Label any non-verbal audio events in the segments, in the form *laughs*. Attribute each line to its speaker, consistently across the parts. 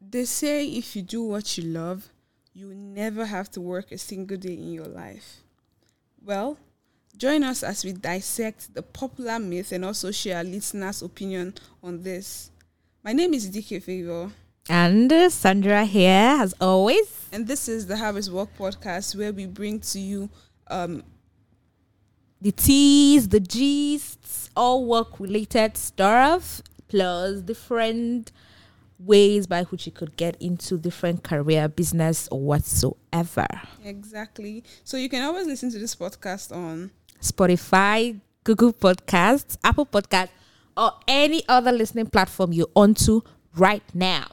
Speaker 1: They say if you do what you love, you will never have to work a single day in your life. Well, join us as we dissect the popular myth and also share our listeners' opinion on this. My name is DK Favor,
Speaker 2: And uh, Sandra here, as always.
Speaker 1: and this is the Harvest Work podcast where we bring to you um,
Speaker 2: The T's, the G's, all work related stuff, plus different ways by which you could get into different career, business, or whatsoever.
Speaker 1: exactly. So you can always listen to this podcast on
Speaker 2: Spotify, Google Podcasts, Apple Podcasts, or any other listening platform you're onto right now.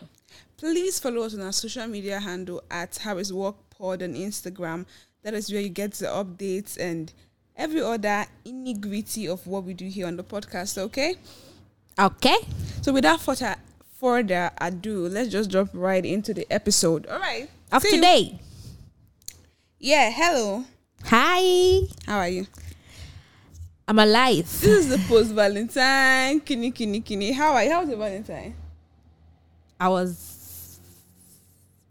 Speaker 1: please follow us on our social media handle at Harris Walk Pod on Instagram. That is where you get the updates and every other nitty of what we do here on the podcast. Okay,
Speaker 2: Okay?
Speaker 1: so without further further ado, let's just jump right into the episode. All right,
Speaker 2: Of
Speaker 1: See you.
Speaker 2: today.
Speaker 1: Yeah, hello.
Speaker 2: Hi,
Speaker 1: How are you?
Speaker 2: I'm alive.
Speaker 1: This is the post Valentine. Kini kini kini. How are you? How was your Valentine?
Speaker 2: I was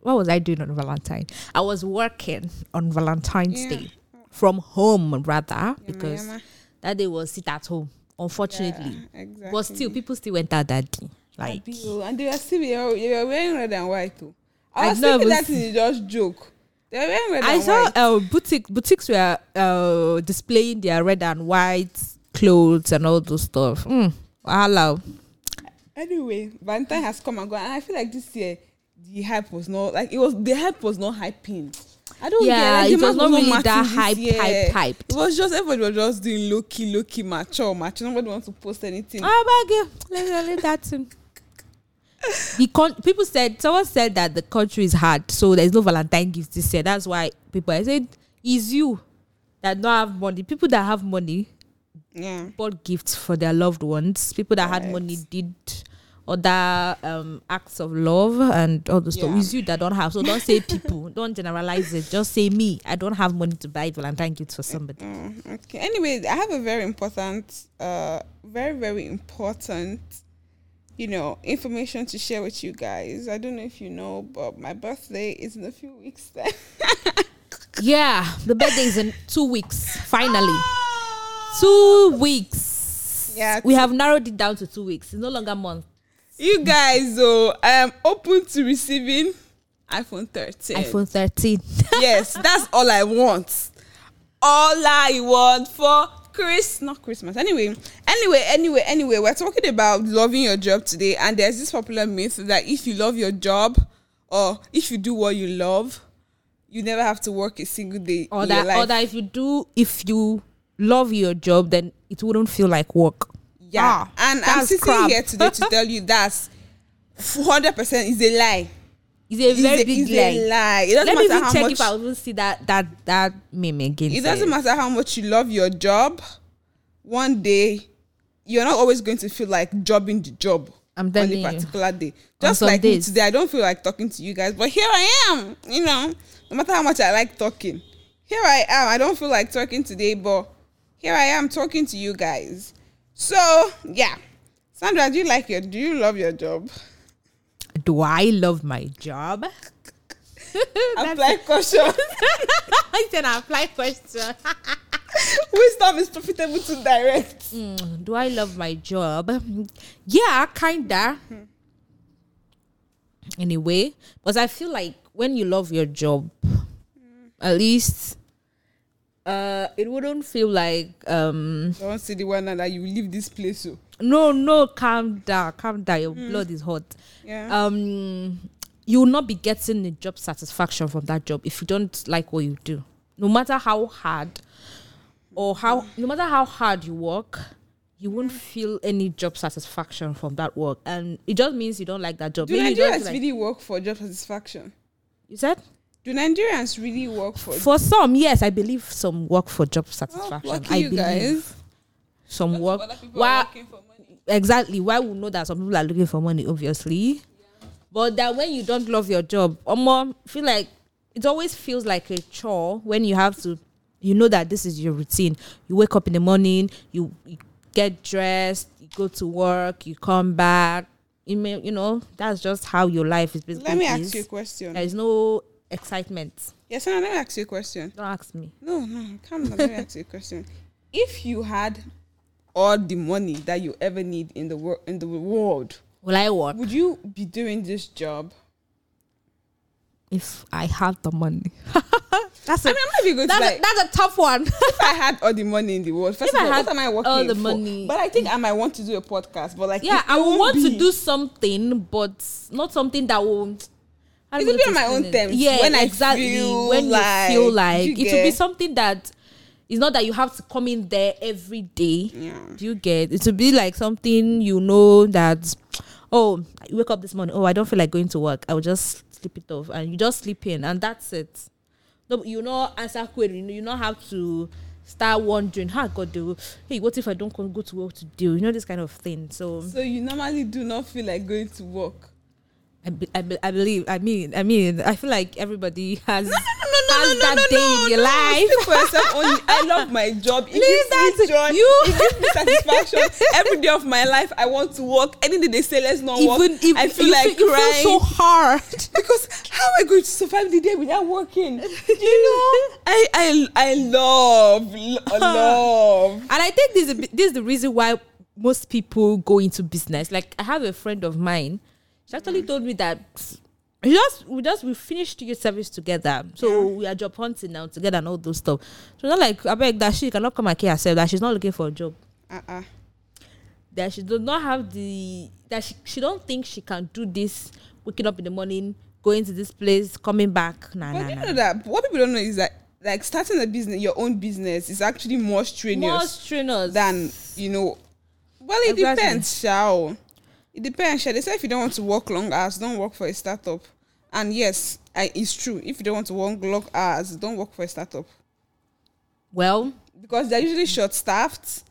Speaker 2: what was I doing on Valentine? I was working on Valentine's
Speaker 1: Yeah.
Speaker 2: Day from home rather because
Speaker 1: yama.
Speaker 2: that day was sit at home. Unfortunately,
Speaker 1: Yeah, Ah, exactly.
Speaker 2: but still people still went out that day. Like
Speaker 1: Abi, oh, and they were still they were, they were wearing red and white too. I
Speaker 2: I
Speaker 1: was
Speaker 2: did not
Speaker 1: thinking
Speaker 2: even
Speaker 1: that is just joke. They were wearing red
Speaker 2: I
Speaker 1: and
Speaker 2: saw
Speaker 1: white.
Speaker 2: uh, boutique boutiques were uh, displaying their red and white clothes and all those stuff. Mm. Hello.
Speaker 1: Anyway, Valentine has come and gone, and I feel like this year the hype was not like it was. The hype was not hyping. I don't
Speaker 2: Yeah,
Speaker 1: get
Speaker 2: it
Speaker 1: like, the
Speaker 2: was
Speaker 1: mass
Speaker 2: not really
Speaker 1: marching
Speaker 2: that
Speaker 1: this
Speaker 2: hype,
Speaker 1: year.
Speaker 2: hype, hyped.
Speaker 1: It was just everybody was just doing low key, low key, mature, mature. Nobody wants to post anything.
Speaker 2: Oh my god, let, let, let that thing. The con- people said someone said that the country is hard, so there's no Valentine gifts this year. That's why people I said it's you that don't have money. People that have money
Speaker 1: yeah,
Speaker 2: bought gifts for their loved ones. People that had
Speaker 1: Correct.
Speaker 2: money did other um, acts of love and all the stuff.
Speaker 1: Yeah.
Speaker 2: It's you that don't have. So don't say people. don't generalize it. Just say me. I don't have money to buy Valentine gifts for somebody.
Speaker 1: Mm, okay. Anyway, I have a very important, uh, very very important, you know, information to share with you guys. I don't know if you know, but my birthday is in a few weeks. Time.
Speaker 2: Yeah, the birthday is in two weeks. Finally. two weeks.
Speaker 1: Yeah,
Speaker 2: we
Speaker 1: two-
Speaker 2: have narrowed it down to two weeks. It's no longer month.
Speaker 1: You guys, oh, I am open to receiving iPhone 13.
Speaker 2: iPhone 13.
Speaker 1: Yes, that's all I want. All I want for Chris, not Christmas. Anyway, anyway, anyway, anyway, we're talking about loving your job today, and there's this popular myth that if you love your job, or if you do what you love, you never have to work a single day
Speaker 2: or
Speaker 1: in your
Speaker 2: that,
Speaker 1: life.
Speaker 2: or that if you do, if you love your job, then it wouldn't feel like work.
Speaker 1: Yeah,
Speaker 2: Ah,
Speaker 1: and I'm
Speaker 2: that's
Speaker 1: sitting
Speaker 2: crap.
Speaker 1: here today
Speaker 2: *laughs*
Speaker 1: to tell you that's 100 percent is a lie.
Speaker 2: It's a
Speaker 1: It's
Speaker 2: very
Speaker 1: a,
Speaker 2: big
Speaker 1: it's a
Speaker 2: lie.
Speaker 1: lie. It doesn't
Speaker 2: Let me
Speaker 1: matter
Speaker 2: even
Speaker 1: how
Speaker 2: check
Speaker 1: much
Speaker 2: if I even see that that that meme again.
Speaker 1: it doesn't
Speaker 2: first.
Speaker 1: matter how much you love your job one day you're not always going to feel like jobbing the job
Speaker 2: I'm
Speaker 1: on
Speaker 2: telling
Speaker 1: a
Speaker 2: you.
Speaker 1: particular day just
Speaker 2: some
Speaker 1: like me
Speaker 2: days.
Speaker 1: today i don't feel like talking to you guys but here i am you know no matter how much i like talking here i am i don't feel like talking today but here i am talking to you guys so yeah sandra do you like your do you love your
Speaker 2: *laughs*
Speaker 1: job
Speaker 2: Do I love my job? *laughs*
Speaker 1: apply caution *laughs*
Speaker 2: it's an apply question.
Speaker 1: wisdom is profitable to direct
Speaker 2: Mm, do I love my job? Yeah, kinda. In a way, because I feel like when you love your job, at least uh, it wouldn't feel like um,
Speaker 1: don't see the one now that you leave this place oh. so
Speaker 2: no, no, calm down, calm down. Your blood is hot.
Speaker 1: yeah
Speaker 2: Um, you will not be getting the job satisfaction from that job if you don't like what you do, no matter how hard or how no matter how hard you work you won't feel any job satisfaction from that work and it just means you don't like that job
Speaker 1: Do
Speaker 2: Maybe you don't
Speaker 1: Nigerians
Speaker 2: like-
Speaker 1: really work for job satisfaction?
Speaker 2: you said
Speaker 1: Do Nigerians really work for
Speaker 2: for some yes i believe some work for job
Speaker 1: Oh,
Speaker 2: satisfaction
Speaker 1: lucky
Speaker 2: i
Speaker 1: you
Speaker 2: believe
Speaker 1: guys.
Speaker 2: some
Speaker 1: Lots
Speaker 2: work
Speaker 1: of other people are
Speaker 2: why
Speaker 1: working for money.
Speaker 2: exactly why we know that some people are looking for money obviously but that when you don't love your job or more feel like it always feels like a chore when you have to you know that this is your routine you wake up in the morning you, you get dressed you go to work you come back You may, you know, that's just how your life is basically.
Speaker 1: Let me
Speaker 2: is.
Speaker 1: ask you a question.
Speaker 2: There is no excitement.
Speaker 1: Yes, no, let me ask you a question.
Speaker 2: Don't ask me.
Speaker 1: No, no, calm down. Let me ask you a
Speaker 2: *laughs*
Speaker 1: question. If you had all the money that you ever need in the world, in the world,
Speaker 2: Will I work
Speaker 1: would you be doing this job?
Speaker 2: if I have the money? *laughs* that's
Speaker 1: I
Speaker 2: a,
Speaker 1: mean, I'm not even going to
Speaker 2: that's, *laughs*
Speaker 1: like.
Speaker 2: a, that's a tough one.
Speaker 1: if I had all the money in the world, first
Speaker 2: If
Speaker 1: of
Speaker 2: I
Speaker 1: all,
Speaker 2: had
Speaker 1: what am I working
Speaker 2: all the
Speaker 1: for?
Speaker 2: money-
Speaker 1: But I think I might want to do a podcast. But like,
Speaker 2: yeah,
Speaker 1: it
Speaker 2: I would
Speaker 1: won't
Speaker 2: want to
Speaker 1: be-
Speaker 2: do something, but not something that will. I don't
Speaker 1: It'll
Speaker 2: know
Speaker 1: be
Speaker 2: to
Speaker 1: on my own
Speaker 2: explain it.
Speaker 1: terms,
Speaker 2: Yeah,
Speaker 1: when I
Speaker 2: exactly.
Speaker 1: feel
Speaker 2: when
Speaker 1: like-
Speaker 2: you feel like
Speaker 1: you
Speaker 2: it will be
Speaker 1: get-
Speaker 2: something that it's not that you have to come in there every day.
Speaker 1: Yeah.
Speaker 2: Do you get it? Will be like something you know that. Oh, I wake up this morning. Oh, I don't feel like going to work. I will just sleep it off, and you just sleep in, and that's it. No, but you not answer query. You know, you not have to start wondering. How God do? Hey, what if I don't go to work today? You know this kind of thing. So
Speaker 1: So you normally do not feel like going to work.
Speaker 2: I, be, I, be, I believe. I mean. I mean. I feel like everybody has
Speaker 1: no,
Speaker 2: has that day in their life.
Speaker 1: Speak for yourself only. I love my job. It
Speaker 2: Leave that
Speaker 1: gives me
Speaker 2: to
Speaker 1: joy.
Speaker 2: you.
Speaker 1: It gives me satisfaction. Every day of my life, I want to work. Any day they say let's not work,
Speaker 2: Even if
Speaker 1: I feel
Speaker 2: you
Speaker 1: like
Speaker 2: feel, you
Speaker 1: crying.
Speaker 2: feel so hard.
Speaker 1: because how am I going to survive the day without working? You know, I I I love
Speaker 2: *laughs*
Speaker 1: lo- love.
Speaker 2: And I think this is, the- this is the reason why most people go into business. Like I have a friend of mine. She
Speaker 1: Mm.
Speaker 2: actually told me that we just we just we finished your service together. So we are job hunting now together and all those stuff. So not like I beg that she cannot come and care herself, that she's not looking for a job.
Speaker 1: Uh
Speaker 2: Uh-uh.
Speaker 1: uh
Speaker 2: That she does not have the that she, she don't think she can do this waking up in the morning, going to this place, coming back. Nah,
Speaker 1: But
Speaker 2: nah,
Speaker 1: you
Speaker 2: nah.
Speaker 1: know that what people don't know is that like starting a business, your own business, is actually more
Speaker 2: More
Speaker 1: strenuous
Speaker 2: trainers
Speaker 1: than you know. Well, it
Speaker 2: Exactly.
Speaker 1: depends, shall. It depends, shall. They say if you don't want to work long hours, don't work for a startup. And yes, I, it's true. If you don't want to work long hours, don't work for a startup
Speaker 2: Well,
Speaker 1: because they're usually short staffed.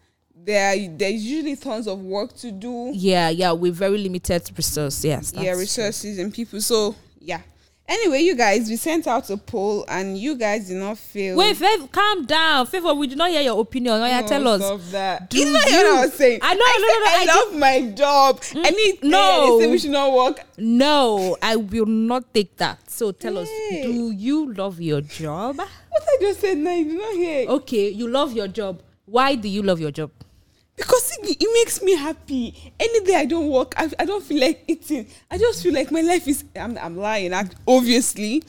Speaker 1: There, there's usually tons of work to do.
Speaker 2: yeah, yeah, we're very limited resource. Yes,
Speaker 1: yeah,
Speaker 2: that's
Speaker 1: resources and people. So yeah. Anyway, you guys, we sent out a poll and you guys did not fail.
Speaker 2: Wait, Faith, calm down. Favor, we do not hear your opinion. Oh, yeah,
Speaker 1: Um, No,
Speaker 2: tell us.
Speaker 1: Stop that.
Speaker 2: Do
Speaker 1: Do Isn't that what I
Speaker 2: you-
Speaker 1: was saying?
Speaker 2: I know, no, no, no,
Speaker 1: I,
Speaker 2: I Mm,
Speaker 1: said, I love my job. I need
Speaker 2: no.
Speaker 1: no. They say we should not work.
Speaker 2: No, I will not take that. So tell us,
Speaker 1: Hey.
Speaker 2: do you love your job?
Speaker 1: What I just said, no, you did not hear.
Speaker 2: Okay, you love your job. Why do you love your job?
Speaker 1: Because it, it makes me happy. Any day I don't work, I, I don't feel like eating. I just feel like my life is. I'm, I'm lying, act- obviously.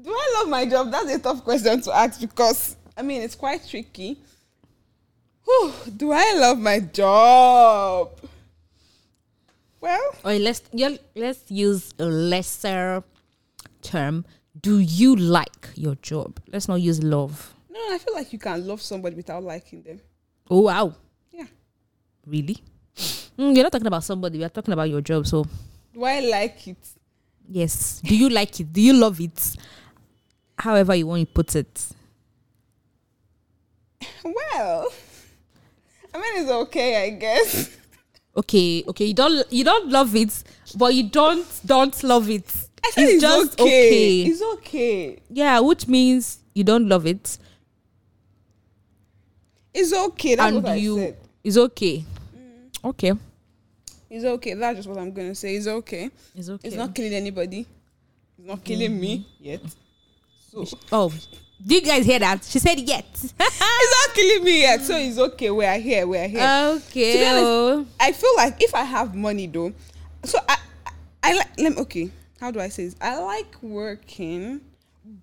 Speaker 1: Do I love my job? That's a tough question to ask because, I mean, it's quite tricky. Whew, do I love my job? Well,
Speaker 2: Or let's yeah, let's use a lesser term. Do you like your job? Let's not use love.
Speaker 1: no, I feel like you can love somebody without liking them.
Speaker 2: Oh wow,
Speaker 1: Yeah.
Speaker 2: really? Mm, you're not talking about somebody. We are talking about your job. So
Speaker 1: Do I like it?
Speaker 2: yes, do you like it? Do you love it? However you want to put it.
Speaker 1: Well, *laughs* I mean, it's okay, I guess. *laughs*
Speaker 2: okay okay you don't you don't love it but you don't don't love it
Speaker 1: I said it's, okay. It's okay.
Speaker 2: yeah which means you don't love it
Speaker 1: It's okay. That's
Speaker 2: and
Speaker 1: what
Speaker 2: you
Speaker 1: I said. Mm.
Speaker 2: it's okay okay
Speaker 1: It's okay. That's just what I'm gonna say. It's okay.
Speaker 2: it's okay Mm.
Speaker 1: It's not killing anybody. It's not killing me yet. *laughs* So it's
Speaker 2: oh do you guys hear that she said yet
Speaker 1: not killing me yet. So it's okay. We are here. We are here.
Speaker 2: Uh,
Speaker 1: To be
Speaker 2: *laughs* okay
Speaker 1: honest,
Speaker 2: oh.
Speaker 1: I feel like if I have money though, so I, I, I like. Let me, okay, how do I say this? I like working,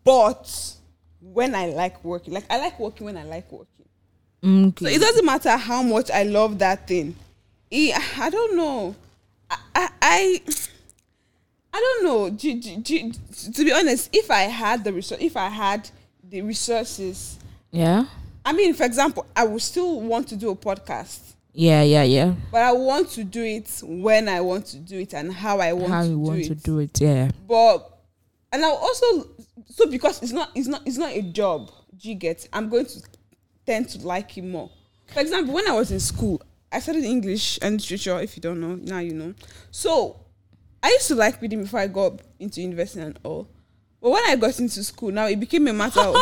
Speaker 1: but when I like working, like I like working when I like working. So
Speaker 2: okay
Speaker 1: it doesn't matter how much I love that thing. It, I don't know. I, I, I, I don't know. Do, do, do, to be honest, if I had the resource, if I had the resources,
Speaker 2: yeah
Speaker 1: I mean, for example, I would still want to do a podcast.
Speaker 2: yeah yeah yeah
Speaker 1: but I want to do it when I want to do it and how I want
Speaker 2: how
Speaker 1: to
Speaker 2: you
Speaker 1: do
Speaker 2: want
Speaker 1: it.
Speaker 2: to do it yeah
Speaker 1: But and I also so because it's not it's not it's not a job. Do you get? I'm going to tend to like it more. For example, when I was in school, I studied English and literature. If you don't know, now you know. So I used to like reading before I got into university and all. But when I got into school, now it became a matter
Speaker 2: *laughs*
Speaker 1: of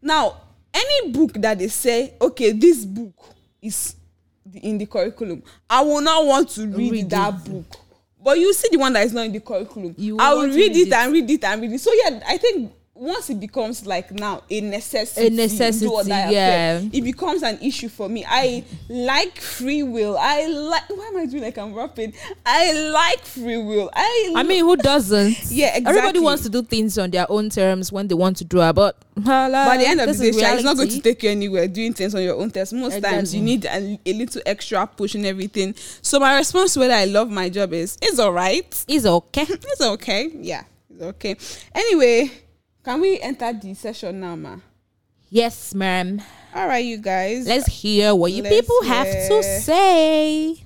Speaker 1: now any book that they say, okay, this book is the, in the curriculum, I will not want to read,
Speaker 2: Read
Speaker 1: that
Speaker 2: it.
Speaker 1: book. But you see the one that is not in the curriculum.
Speaker 2: You
Speaker 1: I will
Speaker 2: want to
Speaker 1: read
Speaker 2: read
Speaker 1: it,
Speaker 2: it.
Speaker 1: and read it and read it. So yeah, I think once it becomes like now a necessity,
Speaker 2: A
Speaker 1: do or
Speaker 2: necessity,
Speaker 1: die affair,
Speaker 2: yeah.
Speaker 1: it becomes an issue for me. I like free will. I like. Why am I doing like I'm rapping? I like free will. I.
Speaker 2: I mean, who doesn't?
Speaker 1: *laughs* Yeah,
Speaker 2: Everybody
Speaker 1: exactly.
Speaker 2: wants to do things on their own terms when they want to do it, but by
Speaker 1: by the end of the day, Sha, it's not going to take you anywhere doing things on your own test. Most times,
Speaker 2: Exactly.
Speaker 1: you need a, a little extra push and everything. So, my response to whether I love my job is it's all right.
Speaker 2: It's okay.
Speaker 1: It's okay. Yeah, it's okay. Anyway, can we enter the session now, ma?
Speaker 2: Yes, ma'am.
Speaker 1: All right, you guys.
Speaker 2: Let's hear what you
Speaker 1: Let's
Speaker 2: people have to
Speaker 1: hear.
Speaker 2: say.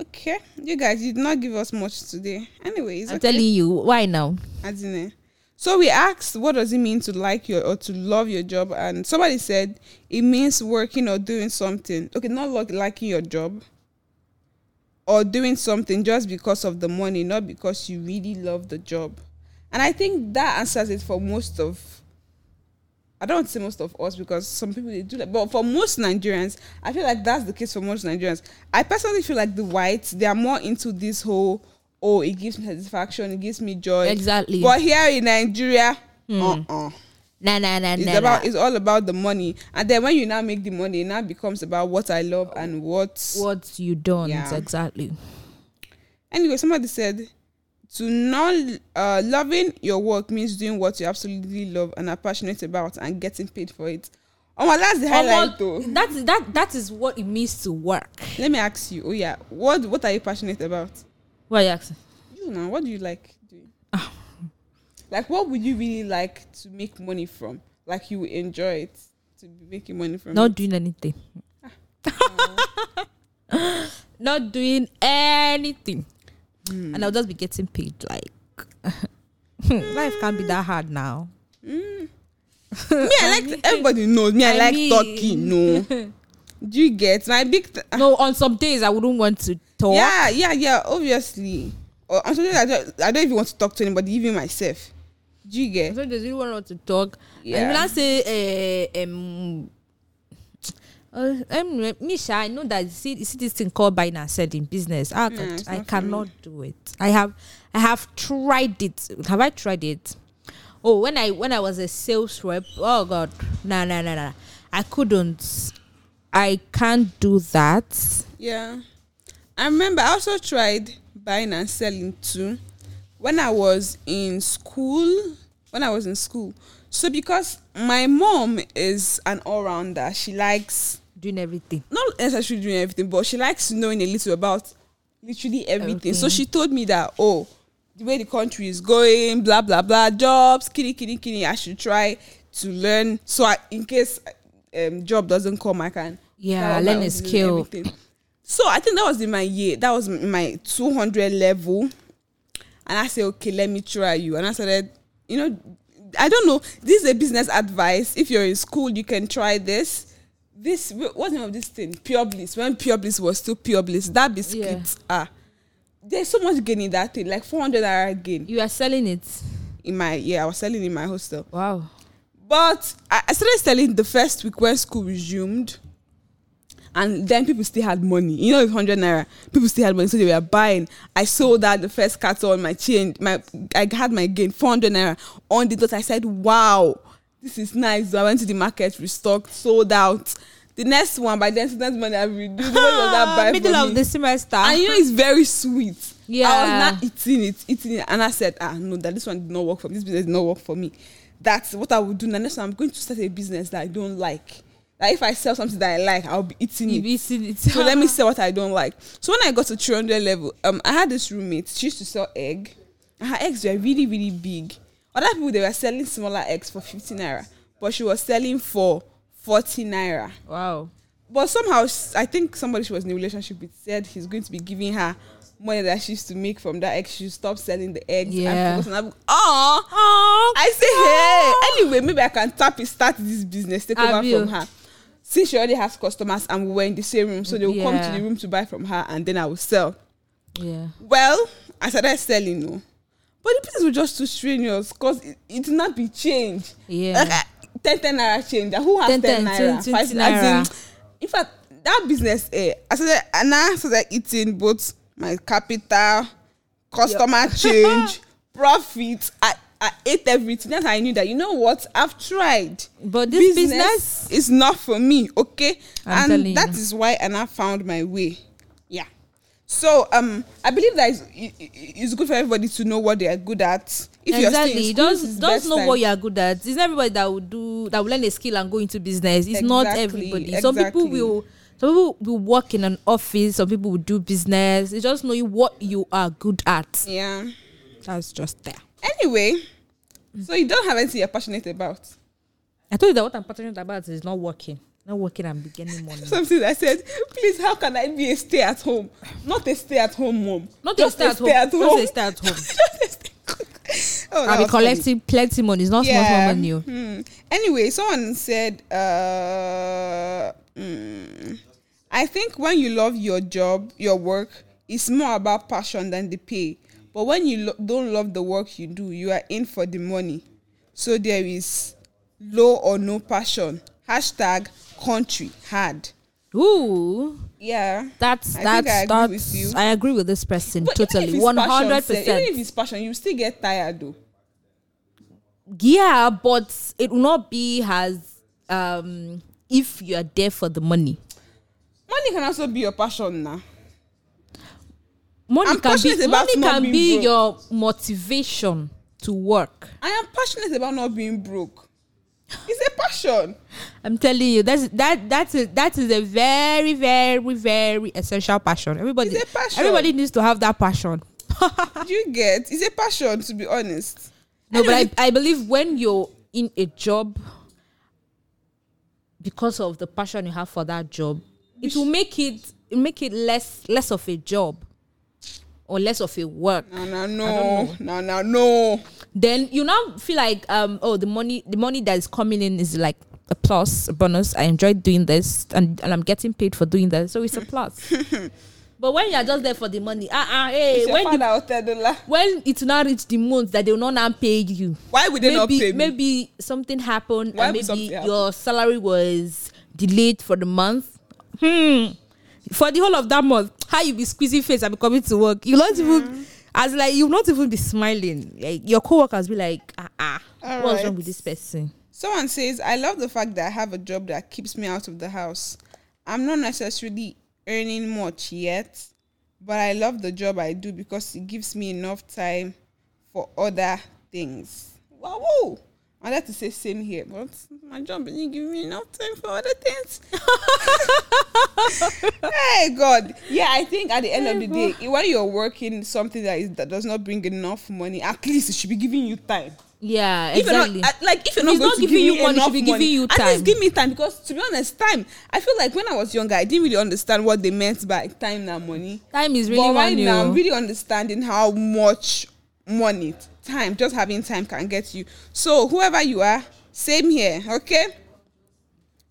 Speaker 1: okay, you guys, you did not give us much today. Anyway, it's
Speaker 2: I'm
Speaker 1: okay.
Speaker 2: telling you. Why now?
Speaker 1: Adine. So we asked, what does it mean to like your or to love your job? And somebody said it means working or doing something. Okay, not like liking your job or doing something just because of the money, not because you really love the job. And I think that answers it for most of. I don't want to say most of us because some people they do that, but for most Nigerians, I feel like that's the case for most Nigerians. I personally feel like the whites they are more into this whole. Oh, it gives me satisfaction. It gives me joy.
Speaker 2: Exactly.
Speaker 1: But here in Nigeria, uh-uh.
Speaker 2: Nah, nah, nah,
Speaker 1: It's
Speaker 2: nah. nah.
Speaker 1: about it's all about the money. And then when you now make the money, it now becomes about what I love and what
Speaker 2: what you don't
Speaker 1: Yeah.
Speaker 2: exactly.
Speaker 1: Anyway, somebody said to not uh, loving your work means doing what you absolutely love and are passionate about and getting paid for it. Oh, well, that's the highlight, though.
Speaker 2: Omo, That's that. That is what it means to work.
Speaker 1: Let me ask you. Oh yeah, what what are you passionate about?
Speaker 2: Why are you asking?
Speaker 1: You know, what do you like doing? like, what would you really like to make money from? Like, you would enjoy it to be making money from.
Speaker 2: Not
Speaker 1: *laughs*
Speaker 2: doing anything. Not doing anything,
Speaker 1: Hmm.
Speaker 2: and I'll just be getting paid. Like *laughs* life can't be that hard now.
Speaker 1: me, I like everybody knows me. I,
Speaker 2: I
Speaker 1: like
Speaker 2: mean-
Speaker 1: talking. No, *laughs* do you get my big? Th-
Speaker 2: No, on some days I wouldn't want to talk.
Speaker 1: yeah, yeah, yeah. Obviously, or on some days I don't, I don't even want to talk to anybody, even myself. Do you get?
Speaker 2: So does you want to talk?
Speaker 1: Yeah.
Speaker 2: Yeah. And when I say, uh, um, uh, um, Misha, I know that you see, you see this thing called buy now said in business. I,
Speaker 1: Yeah,
Speaker 2: can't
Speaker 1: Mm, it's
Speaker 2: I
Speaker 1: not for me.
Speaker 2: cannot do it. I have, I have tried it. Have I tried it? Oh, when I when I was a sales rep. Oh God, no, no, no, no. I couldn't. I can't do that.
Speaker 1: Yeah. I remember I also tried buying and selling too when I was in school. When I was in school. So because my mom is an all rounder, she likes
Speaker 2: Doing everything.
Speaker 1: not necessarily doing everything, but she likes knowing a little about literally everything. So
Speaker 2: Everything.
Speaker 1: she told me that, oh, the way the country is going, blah, blah, blah, jobs, kitty, kitty, kitty, I should try to learn. So I, in case um, job doesn't come, I can.
Speaker 2: Yeah,
Speaker 1: start on my
Speaker 2: learn a
Speaker 1: own doing
Speaker 2: skill.
Speaker 1: everything. So I think that was in my year. That was in my 200 level. And I said, okay, let me try you. And I started, you know, I don't know. This is a business advice. If you're in school, you can try this. This wh- what's the name of this thing? Pure bliss. When pure bliss was still pure bliss, that biscuit.
Speaker 2: Yeah.
Speaker 1: Ah, there's so much gain in that thing. Like 400 naira gain
Speaker 2: You are selling it.
Speaker 1: in my yeah. I was selling in my hostel,
Speaker 2: Wow.
Speaker 1: but I, I started selling the first week when school resumed. And then people still had money. You know, with 100 naira, people still had money, so they were buying. I sold out the first cattle on my chain. My, I had my gain, 400 naira on the dot. I said, wow, this is nice. So I went to the market, restocked, sold out. The next one, by then, student money I reduced. *laughs* What was that buy
Speaker 2: Ah, *laughs* Middle
Speaker 1: for
Speaker 2: of
Speaker 1: me?
Speaker 2: the semester.
Speaker 1: And you know, it's very sweet. I
Speaker 2: Yeah.
Speaker 1: was not eating it, eating it. And I said, ah, no, that this one did not work for me. This business did not work for me. That's what I would do. Now, next time, I'm going to start a business that I don't like. Like, if I sell something that I like, I'll be eating
Speaker 2: You
Speaker 1: it.
Speaker 2: be seeing it.
Speaker 1: So
Speaker 2: *laughs*
Speaker 1: let me sell what I don't like. So when I got to 300 level, um, I had this roommate. She used to sell egg. And her eggs were really, really big. Other people, they were selling smaller eggs for 15 naira. But she was selling for 40 naira.
Speaker 2: Wow.
Speaker 1: But somehow, s- I think somebody she was in a relationship with said he's going to be giving her money that she used to make from that egg. She should stop selling the eggs.
Speaker 2: Yeah.
Speaker 1: And focus on oh,
Speaker 2: Oh,
Speaker 1: I say, hey, anyway, maybe I can tap it, start this business, take
Speaker 2: Have
Speaker 1: over
Speaker 2: you?
Speaker 1: from her. Since she already has customers and we were in the same room, so they will come
Speaker 2: Yeah.
Speaker 1: to the room to buy from her and then I will sell.
Speaker 2: Yeah.
Speaker 1: Well, I started selling, no. But the business was just too strenuous because it, it did not be changed.
Speaker 2: Yeah.
Speaker 1: Like, I- 10 10 naira change. Who has 10,
Speaker 2: 10,
Speaker 1: 10 naira?
Speaker 2: 20,
Speaker 1: 5
Speaker 2: naira.
Speaker 1: as in, in fact, that business, eh, I started, and I started eating both my capital, customer
Speaker 2: *laughs*
Speaker 1: change, profit. I, I ate everything. That's how I knew that. You know what? I've tried.
Speaker 2: But this business,
Speaker 1: is not for me. Okay.
Speaker 2: I'm telling you.
Speaker 1: and that is why and I found my way. Yeah. So um I believe that it's, it- it- it's good for everybody to know what they are good at. If
Speaker 2: exactly,
Speaker 1: you're still in school,
Speaker 2: just just know what you are good at. It's not everybody that will do that will learn a skill and go into business. It's not
Speaker 1: Exactly,
Speaker 2: everybody. Some people
Speaker 1: exactly.
Speaker 2: will. Some people will work in an office. Some people will do business. It's just knowing what you are good at.
Speaker 1: Yeah.
Speaker 2: That's just there.
Speaker 1: Anyway, so you don't have anything you're passionate about.
Speaker 2: I told you that what I'm passionate about is not working. Not working and be
Speaker 1: *laughs*
Speaker 2: getting money.
Speaker 1: Something that said, please, how can I be a stay at home? Not a stay at home mom.
Speaker 2: Not
Speaker 1: Just
Speaker 2: just stay at home. Just a stay
Speaker 1: *laughs*
Speaker 2: at home.
Speaker 1: Oh, that
Speaker 2: I'll
Speaker 1: was
Speaker 2: be collecting plenty money. It's not
Speaker 1: funny.
Speaker 2: small small money. oh.
Speaker 1: Hmm. Anyway, someone said, uh, hmm, I think when you love your job, your work, it's more about passion than the pay. But when you lo- don't love the work you do, you are in for the money. So there is low or no passion. Hashtag country hard.
Speaker 2: Ooh,
Speaker 1: Yeah.
Speaker 2: that's
Speaker 1: I
Speaker 2: that's
Speaker 1: think I agree
Speaker 2: that's.
Speaker 1: with you.
Speaker 2: I agree with this person
Speaker 1: But even if
Speaker 2: totally,
Speaker 1: it's
Speaker 2: one
Speaker 1: passion,
Speaker 2: hundred
Speaker 1: sef, Even if
Speaker 2: percent.
Speaker 1: it's passion, you still get tired though.
Speaker 2: Yeah, but it will not be as um if you are there for the money.
Speaker 1: Money can also be your passion now.
Speaker 2: Money
Speaker 1: I'm
Speaker 2: can
Speaker 1: passionate
Speaker 2: be
Speaker 1: about
Speaker 2: money
Speaker 1: not
Speaker 2: can
Speaker 1: being
Speaker 2: be
Speaker 1: broke.
Speaker 2: your motivation to work.
Speaker 1: I am passionate about not being broke. It's a passion.
Speaker 2: I'm telling you, that's that that's a, that is a very very very essential passion. Everybody,
Speaker 1: It's a passion.
Speaker 2: everybody needs to have that passion.
Speaker 1: Do you get? It's a passion, to be honest.
Speaker 2: No, but I, I believe when you're in a job, because of the passion you have for that job, it will make it it make it less less of a job or less of a work.
Speaker 1: No, no, no, no, no, no.
Speaker 2: Then you now feel like um oh the money the money that is coming in is like a plus a bonus. I enjoyed doing this and, and I'm getting paid for doing that, so it's
Speaker 1: *laughs*
Speaker 2: a plus. but when you are just there for the money, ah ah hey
Speaker 1: It's your
Speaker 2: when the,
Speaker 1: father will tell the la-
Speaker 2: when it will not reach the month that they will not now pay you.
Speaker 1: Why would they
Speaker 2: maybe
Speaker 1: not pay me?
Speaker 2: maybe something happened
Speaker 1: Why
Speaker 2: and
Speaker 1: would
Speaker 2: maybe
Speaker 1: something
Speaker 2: your
Speaker 1: happen?
Speaker 2: salary was delayed for the month hmm for the whole of that month how you be squeezing face and be coming to work you not
Speaker 1: Hmm.
Speaker 2: even as like you not even be smiling like your co-workers be like ah ah
Speaker 1: All
Speaker 2: what's
Speaker 1: right.
Speaker 2: wrong with this person
Speaker 1: Someone says, I love the fact that I have a job that keeps me out of the house. I'm not necessarily earning much yet, but I love the job I do because it gives me enough time for other things. Wow, wow. I like to say same here, but my job didn't give me enough time for other things. hey God, yeah, I think at the end of the day, i- when you're working something that is that does not bring enough money, at least it should be giving you time
Speaker 2: yeah
Speaker 1: if you're
Speaker 2: exactly
Speaker 1: not, I- like if you're
Speaker 2: If
Speaker 1: not
Speaker 2: it's
Speaker 1: going
Speaker 2: not
Speaker 1: to give
Speaker 2: giving you
Speaker 1: me
Speaker 2: money, it
Speaker 1: enough
Speaker 2: should be giving
Speaker 1: money,
Speaker 2: you
Speaker 1: at
Speaker 2: time.
Speaker 1: least give me time because to be honest, time. I feel like when I was younger, I didn't really understand what they meant by time and money.
Speaker 2: time is really
Speaker 1: but right
Speaker 2: money
Speaker 1: now, I'm
Speaker 2: oh.
Speaker 1: really understanding how much money, time, just having time can get you. So whoever you are, same here, okay?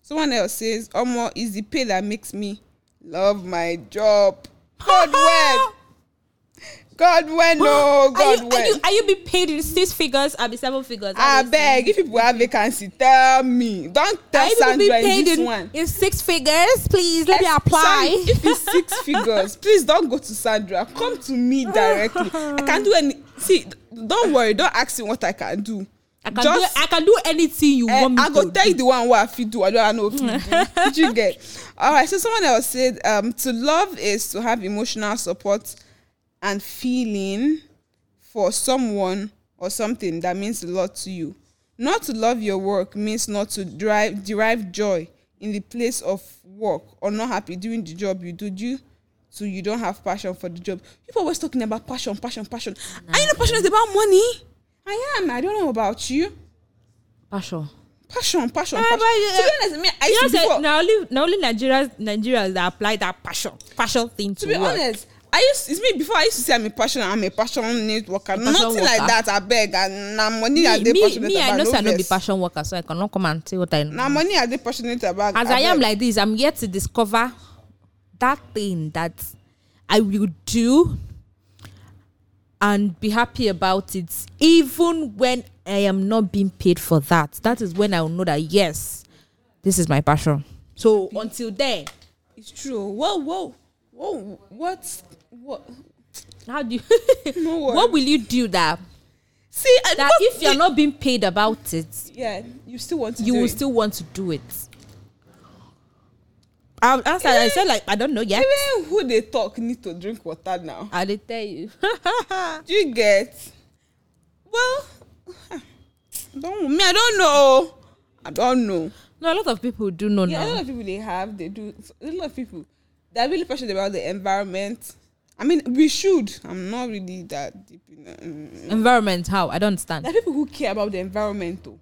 Speaker 1: Someone else says, "Omo is the pay that makes me love my
Speaker 2: *laughs*
Speaker 1: job." God when, God when, oh
Speaker 2: are,
Speaker 1: God
Speaker 2: you,
Speaker 1: when.
Speaker 2: are you are you be paid in six figures and be seven figures
Speaker 1: I
Speaker 2: Obviously.
Speaker 1: beg if people have vacancy, tell me. Don't
Speaker 2: Are
Speaker 1: tell
Speaker 2: you people be
Speaker 1: Sandra in
Speaker 2: paid
Speaker 1: this
Speaker 2: in,
Speaker 1: one.
Speaker 2: in six figures please let me
Speaker 1: Ex-
Speaker 2: apply
Speaker 1: Sand- if it's
Speaker 2: *laughs*
Speaker 1: six figures, please don't go to Sandra. Come to me directly. I can do any. See, don't worry. Don't ask me what I can do.
Speaker 2: I can do I can do anything you
Speaker 1: Eh,
Speaker 2: want me
Speaker 1: I go
Speaker 2: to.
Speaker 1: tell you the one where I fit do. I don't know if you do. Did you
Speaker 2: *laughs*
Speaker 1: get? All right. So someone else said, um, to love is to have emotional support and feeling for someone or something that means a lot to you. Not to love your work means not to drive derive joy in the place of work or not happy doing the job you do due to you don't have passion for the job. People always talking about passion, passion, passion. Are you not passionate about money? I am. I don't know about you
Speaker 2: Passion.
Speaker 1: passion, passion,
Speaker 2: Ah,
Speaker 1: passion.
Speaker 2: but, uh,
Speaker 1: Eh, to be honest, me, I
Speaker 2: You know,
Speaker 1: used to
Speaker 2: say,
Speaker 1: before,
Speaker 2: now only now only Nigerians Nigerians that apply that passion passion thing to,
Speaker 1: to be
Speaker 2: work.
Speaker 1: honest, I used it's me before I used to say I'm a passionate, I'm a passionate worker.
Speaker 2: passion
Speaker 1: Nothing like
Speaker 2: worker.
Speaker 1: that, I beg and na money I
Speaker 2: me,
Speaker 1: dey
Speaker 2: me,
Speaker 1: passionate
Speaker 2: me I
Speaker 1: about.
Speaker 2: know say I no be
Speaker 1: vex.
Speaker 2: passion worker, so I cannot come and say what I know.
Speaker 1: Na money I dey passionate about.
Speaker 2: As I am
Speaker 1: beg.
Speaker 2: like this, I'm yet to discover that thing that I will do and be happy about it, even when I am not being paid for that. That is when I will know that yes, this is my passion. So until then,
Speaker 1: it's true. Whoa, whoa, whoa, what, what?
Speaker 2: How do you? *laughs*
Speaker 1: No worry.
Speaker 2: what will you do that
Speaker 1: See, I-
Speaker 2: that
Speaker 1: what-
Speaker 2: if you're not being paid about it,
Speaker 1: yeah, you still want to
Speaker 2: you
Speaker 1: do
Speaker 2: will
Speaker 1: it.
Speaker 2: still want to do it? I answered. I said like I don't know yet.
Speaker 1: Even who they talk need to drink water now.
Speaker 2: *laughs* I did tell you. *laughs* Ah.
Speaker 1: Do you get? Well, *sighs* don't me. I don't know. I don't know.
Speaker 2: no, a lot of people do know
Speaker 1: Yeah, a lot
Speaker 2: now.
Speaker 1: of people they have they do. A lot of people they're really passionate about the environment. I mean, we should. I'm not really that deep in. that. Mm.
Speaker 2: Environment, how I don't
Speaker 1: There are
Speaker 2: understand.
Speaker 1: people who care about the environment, though.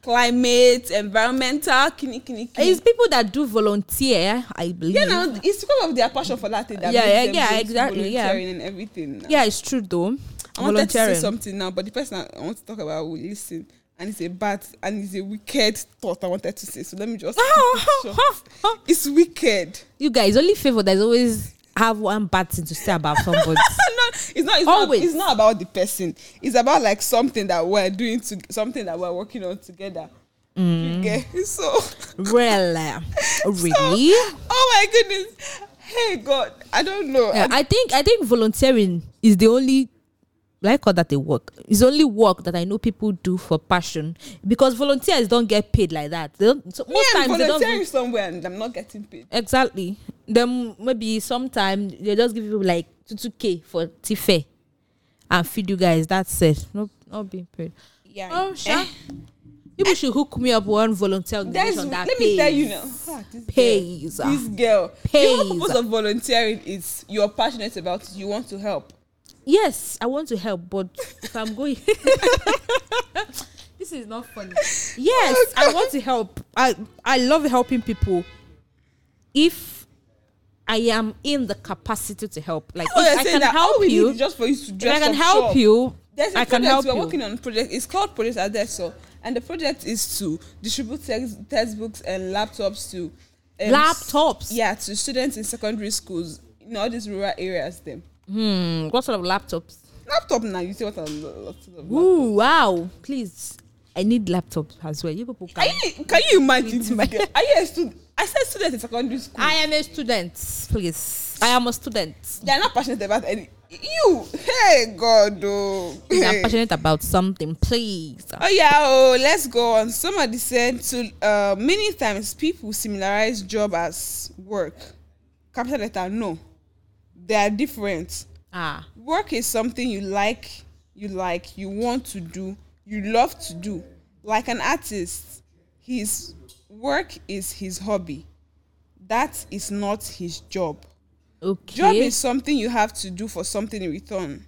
Speaker 1: climate, environmental, kini kini kini.
Speaker 2: It's people that do volunteer, I believe.
Speaker 1: Yeah, now it's because of their passion for that thing that
Speaker 2: Yeah,
Speaker 1: makes
Speaker 2: yeah,
Speaker 1: them
Speaker 2: yeah,
Speaker 1: go to
Speaker 2: exactly, yeah.
Speaker 1: volunteering and everything. now.
Speaker 2: Yeah, it's true though.
Speaker 1: I wanted to say
Speaker 2: *laughs* Volunteering.
Speaker 1: something now, but the person I want to talk about will listen, and it's a bad and it's a wicked thought I wanted to say. So let me just.
Speaker 2: Ah,
Speaker 1: keep it short. it's wicked.
Speaker 2: you guys only favor that's always have one bad thing to say about
Speaker 1: *laughs*
Speaker 2: somebody. *laughs*
Speaker 1: no, it's not. It's not,
Speaker 2: Always.
Speaker 1: it's not about the person. It's about like something that we're doing to something that we're working on together.
Speaker 2: Mm.
Speaker 1: Okay, *laughs* so
Speaker 2: really, really.
Speaker 1: so- oh my goodness. Hey God, I don't know.
Speaker 2: Yeah, Uh, I think I think volunteering is the only like all that they work. It's the only work that I know people do for passion because volunteers don't get paid like that. They don't. So
Speaker 1: Me
Speaker 2: most
Speaker 1: I'm
Speaker 2: times they don't.
Speaker 1: volunteering somewhere and I'm not getting paid.
Speaker 2: Exactly. Then maybe sometime they just give you like two two k for tife and feed you guys. That's it. No, not being paid.
Speaker 1: Yeah. Eh?
Speaker 2: Oh, sure. People should hook me up one volunteer
Speaker 1: That's,
Speaker 2: organization that ah.
Speaker 1: let me
Speaker 2: pays.
Speaker 1: tell you now. Ah, this
Speaker 2: Pays.
Speaker 1: Girl, this girl. The whole
Speaker 2: Pays.
Speaker 1: purpose of volunteering is you're passionate about it. You want to help.
Speaker 2: Yes, I want to help, but if I'm going, *laughs* this is not funny.
Speaker 1: Oh,
Speaker 2: Yes, I want to help. I I love helping people. If I am in the capacity to help, like
Speaker 1: Oh,
Speaker 2: if
Speaker 1: you're
Speaker 2: I
Speaker 1: saying
Speaker 2: can
Speaker 1: that all
Speaker 2: help
Speaker 1: we need
Speaker 2: you,
Speaker 1: is just for you to
Speaker 2: if I
Speaker 1: dress
Speaker 2: can
Speaker 1: up
Speaker 2: help
Speaker 1: shop.
Speaker 2: you,
Speaker 1: There's a
Speaker 2: I can
Speaker 1: project
Speaker 2: help
Speaker 1: we're
Speaker 2: you.
Speaker 1: working on project. It's called Project Adesso, and the project is to distribute tex- textbooks and laptops to um,
Speaker 2: Laptops.
Speaker 1: Yeah, to students in secondary schools in all these rural areas. Them
Speaker 2: Hmm, what sort of laptops?
Speaker 1: laptop now. You see what I'm. What, what,
Speaker 2: Ooh, wow! Please, I need laptops as well. You people
Speaker 1: are
Speaker 2: can.
Speaker 1: you? Can you imagine? this girl? Are you a student? I said students in secondary school.
Speaker 2: I am a student. Please, I am a student.
Speaker 1: they are not passionate about any. You, hey God, oh.
Speaker 2: if
Speaker 1: *laughs*
Speaker 2: you're passionate about something, please.
Speaker 1: Oh yeah, oh let's go on. Somebody said to uh, many times people similarize job as work. Capital letter no, they are different.
Speaker 2: Ah,
Speaker 1: Work is something you like, you like, you want to do, you love to do. Like an artist, his work is his hobby. That is not his job.
Speaker 2: okay.
Speaker 1: Job is something you have to do for something in return.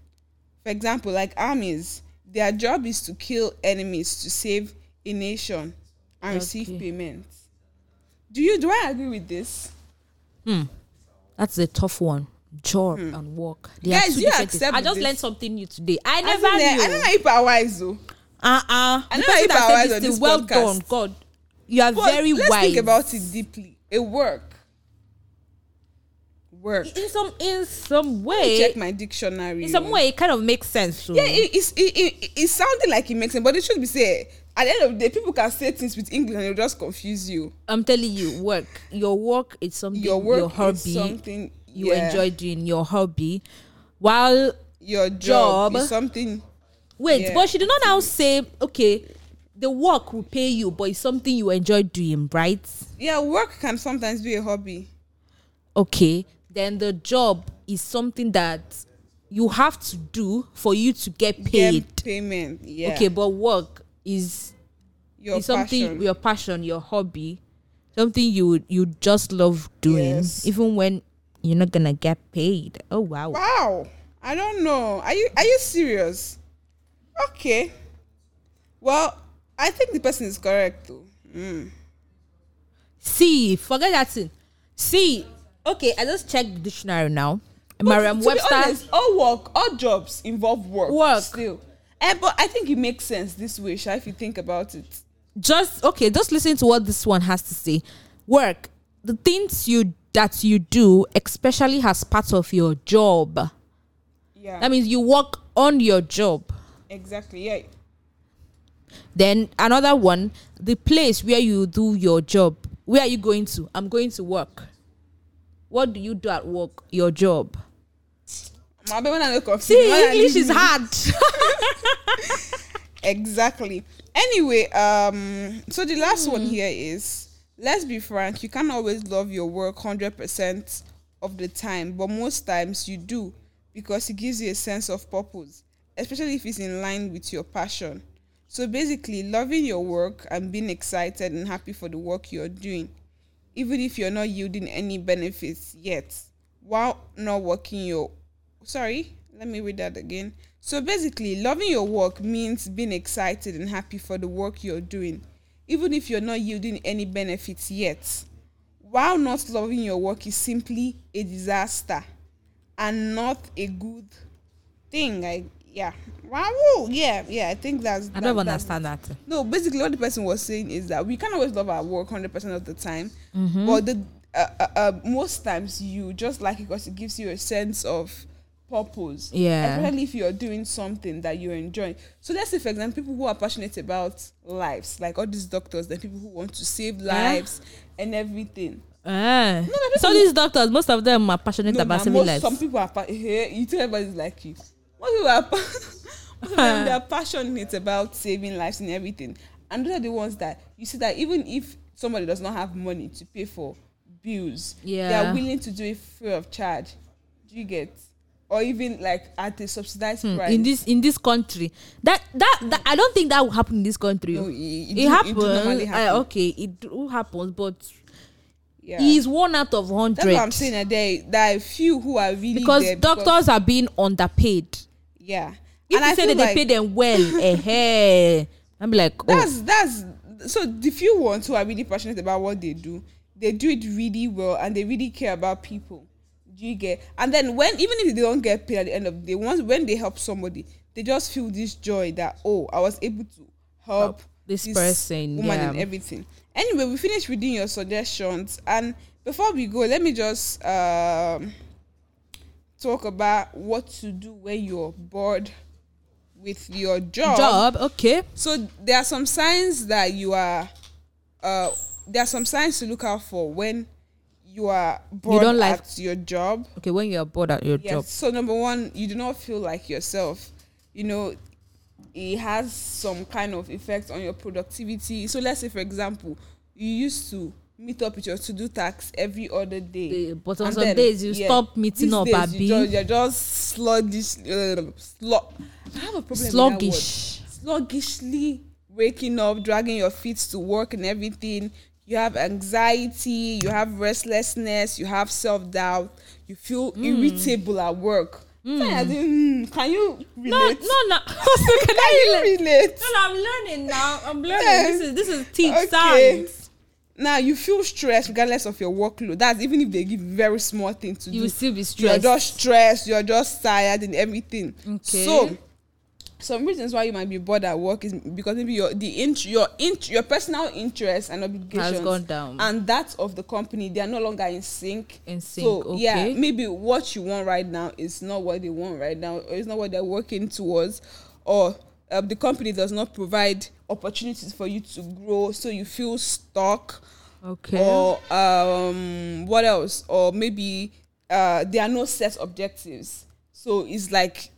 Speaker 1: For example, like armies, their job is to kill enemies to save a nation and receive
Speaker 2: Okay.
Speaker 1: payment. Do you do I agree with this?
Speaker 2: That's a tough one. Job and work. They
Speaker 1: Hmm. Guys,
Speaker 2: two
Speaker 1: you
Speaker 2: different things.
Speaker 1: accept
Speaker 2: I just
Speaker 1: this?
Speaker 2: learned something new today. I
Speaker 1: As
Speaker 2: never
Speaker 1: in, eh, I
Speaker 2: knew.
Speaker 1: don't know if I wise though.
Speaker 2: Uh uh.
Speaker 1: I never even realized on this
Speaker 2: well
Speaker 1: podcast.
Speaker 2: done, God. You are
Speaker 1: But
Speaker 2: very
Speaker 1: let's
Speaker 2: wise.
Speaker 1: think about it deeply. A work. Work.
Speaker 2: in some in some
Speaker 1: Check
Speaker 2: way,
Speaker 1: my dictionary.
Speaker 2: in some
Speaker 1: oh.
Speaker 2: way, it kind of makes sense. So.
Speaker 1: Yeah, it, it's, it, it, it sounded like it makes sense, but it should be said. At the end of the day, people can say things with English and it'll just confuse you.
Speaker 2: I'm telling you, work. Your work is something.
Speaker 1: Your work
Speaker 2: your hobby.
Speaker 1: is something
Speaker 2: you
Speaker 1: yeah.
Speaker 2: enjoy doing your hobby, while
Speaker 1: your job,
Speaker 2: Job.
Speaker 1: is something
Speaker 2: Wait,
Speaker 1: Yeah.
Speaker 2: but she did not now say, okay, the work will pay you, but it's something you enjoy doing, right?
Speaker 1: yeah work can sometimes be a hobby
Speaker 2: Okay. Then the job is something that you have to do for you to get
Speaker 1: Get
Speaker 2: paid.
Speaker 1: payment yeah
Speaker 2: Okay, but work is,
Speaker 1: your
Speaker 2: is something
Speaker 1: passion.
Speaker 2: your passion, your hobby, something you you just love doing,
Speaker 1: Yes.
Speaker 2: even when you're not gonna get paid. Oh wow.
Speaker 1: wow i don't know are you are you serious okay well i think the person is correct though mm.
Speaker 2: See, forget that thing. See, okay, I just checked the dictionary now. Merriam
Speaker 1: To be
Speaker 2: Webster.
Speaker 1: honest, all work all jobs involve work
Speaker 2: Work.
Speaker 1: still Eh, but i think it makes sense this way Sha, if you think about it
Speaker 2: just okay just listen to what this one has to say work the things you that you do especially as part of your job
Speaker 1: yeah
Speaker 2: that means you work on your job
Speaker 1: exactly yeah
Speaker 2: then another one the place where you do your job where are you going to i'm going to work what do you do at work your job
Speaker 1: My baby not look
Speaker 2: See, English is hard.
Speaker 1: Exactly. Anyway, um, so the last one here is let's be frank, you can't always love your work 100% of the time, but most times you do because it gives you a sense of purpose, especially if it's in line with your passion. So basically, loving your work and being excited and happy for the work you're doing, even if you're not yielding any benefits yet, while not working your sorry, let me read that again. So basically, loving your work means being excited and happy for the work you're doing, even if you're not yielding any benefits yet. While not loving your work is simply a disaster and not a good thing. I yeah. Wow, woo, yeah, yeah. I think that's
Speaker 2: I don't
Speaker 1: that- that's-
Speaker 2: understand that.
Speaker 1: no, basically, what the person was saying is that we can't always love our work 100% of the time, but the uh, uh, uh, most times you just like it because it gives you a sense of purpose.
Speaker 2: Yeah.
Speaker 1: Especially if you're doing something that you're enjoying. So, let's say, for example, people who are passionate about lives, like all these doctors, then people who want to save lives and everything.
Speaker 2: *laughs* Eh.
Speaker 1: people-
Speaker 2: so these doctors, most of them are passionate
Speaker 1: No,
Speaker 2: about
Speaker 1: na,
Speaker 2: saving
Speaker 1: most-
Speaker 2: lives.
Speaker 1: Some people are pa- eh, you tell everybody's like you. Most people are, pa- *laughs* most of them, they are passionate about saving lives and everything, and those are the ones that you see that even if somebody does not have money to pay for bills, they
Speaker 2: Yeah.
Speaker 1: are willing to do it free of charge. Do you get? Or even like at a subsidized price.
Speaker 2: in this in this country. That, that that I don't think that will happen in this country.
Speaker 1: No, it- it do- it
Speaker 2: it
Speaker 1: do
Speaker 2: happens. eh,
Speaker 1: normally happen.
Speaker 2: okay, it do happens, but
Speaker 1: yeah.
Speaker 2: he's one out of
Speaker 1: That's
Speaker 2: hundred
Speaker 1: what I'm saying. That there, there are few who are really
Speaker 2: because
Speaker 1: there because-
Speaker 2: doctors are being underpaid.
Speaker 1: yeah.
Speaker 2: If you say
Speaker 1: feel
Speaker 2: that they pay them well,
Speaker 1: *laughs*
Speaker 2: eh, hey, I'm like, oh,
Speaker 1: that's that's so the few ones who are really passionate about what they do they do it really well and they really care about people do you get and then when even if they don't get paid at the end of the day once when they help somebody they just feel this joy that oh i was able to help,
Speaker 2: Help this person,
Speaker 1: woman
Speaker 2: yeah.
Speaker 1: and everything anyway we finished reading your suggestions and before we go let me just um talk about what to do when you're bored with your
Speaker 2: job, okay,
Speaker 1: so there are some signs that you are, uh, there are some signs to look out for when you are bored
Speaker 2: don't like-
Speaker 1: at your job.
Speaker 2: okay. When you're bored at your
Speaker 1: Yes.
Speaker 2: job,
Speaker 1: So number one, you do not feel like yourself. You know, it has some kind of effect on your productivity. So let's say, for example, you used to meet up with your to-do tasks every other day.
Speaker 2: Eh, but on
Speaker 1: And
Speaker 2: some days you stop meeting
Speaker 1: these
Speaker 2: up,
Speaker 1: days
Speaker 2: abi.
Speaker 1: You just, you're just sluggish. Uh, slug. I have a problem. with that word
Speaker 2: sluggish.
Speaker 1: sluggishly waking up, dragging your feet to work and everything. You have anxiety, you have restlessness, you have self doubt, you feel irritable at work. So I think, mm, can you
Speaker 2: No,
Speaker 1: relate?
Speaker 2: no, no. *laughs* So can I
Speaker 1: *laughs* Can you
Speaker 2: relate?
Speaker 1: relate?
Speaker 2: No, no, I'm learning now. I'm learning.
Speaker 1: Yeah.
Speaker 2: This is this is teach
Speaker 1: Okay.
Speaker 2: science.
Speaker 1: Now you feel stressed regardless of your workload. That's even if they give you very small thing to
Speaker 2: You
Speaker 1: do.
Speaker 2: will still be
Speaker 1: you're
Speaker 2: stressed.
Speaker 1: just stressed, you're just tired and everything.
Speaker 2: Okay.
Speaker 1: So some reasons why you might be bored at work is because maybe your the int- your int- your personal interests and obligations
Speaker 2: gone down.
Speaker 1: and that of the company they are no longer in sync.
Speaker 2: In sync,
Speaker 1: So yeah,
Speaker 2: okay.
Speaker 1: maybe what you want right now is not what they want right now, or it's not what they're working towards, or uh, the company does not provide opportunities for you to grow, so you feel stuck
Speaker 2: okay.
Speaker 1: or um what else or maybe uh there are no set objectives so it's like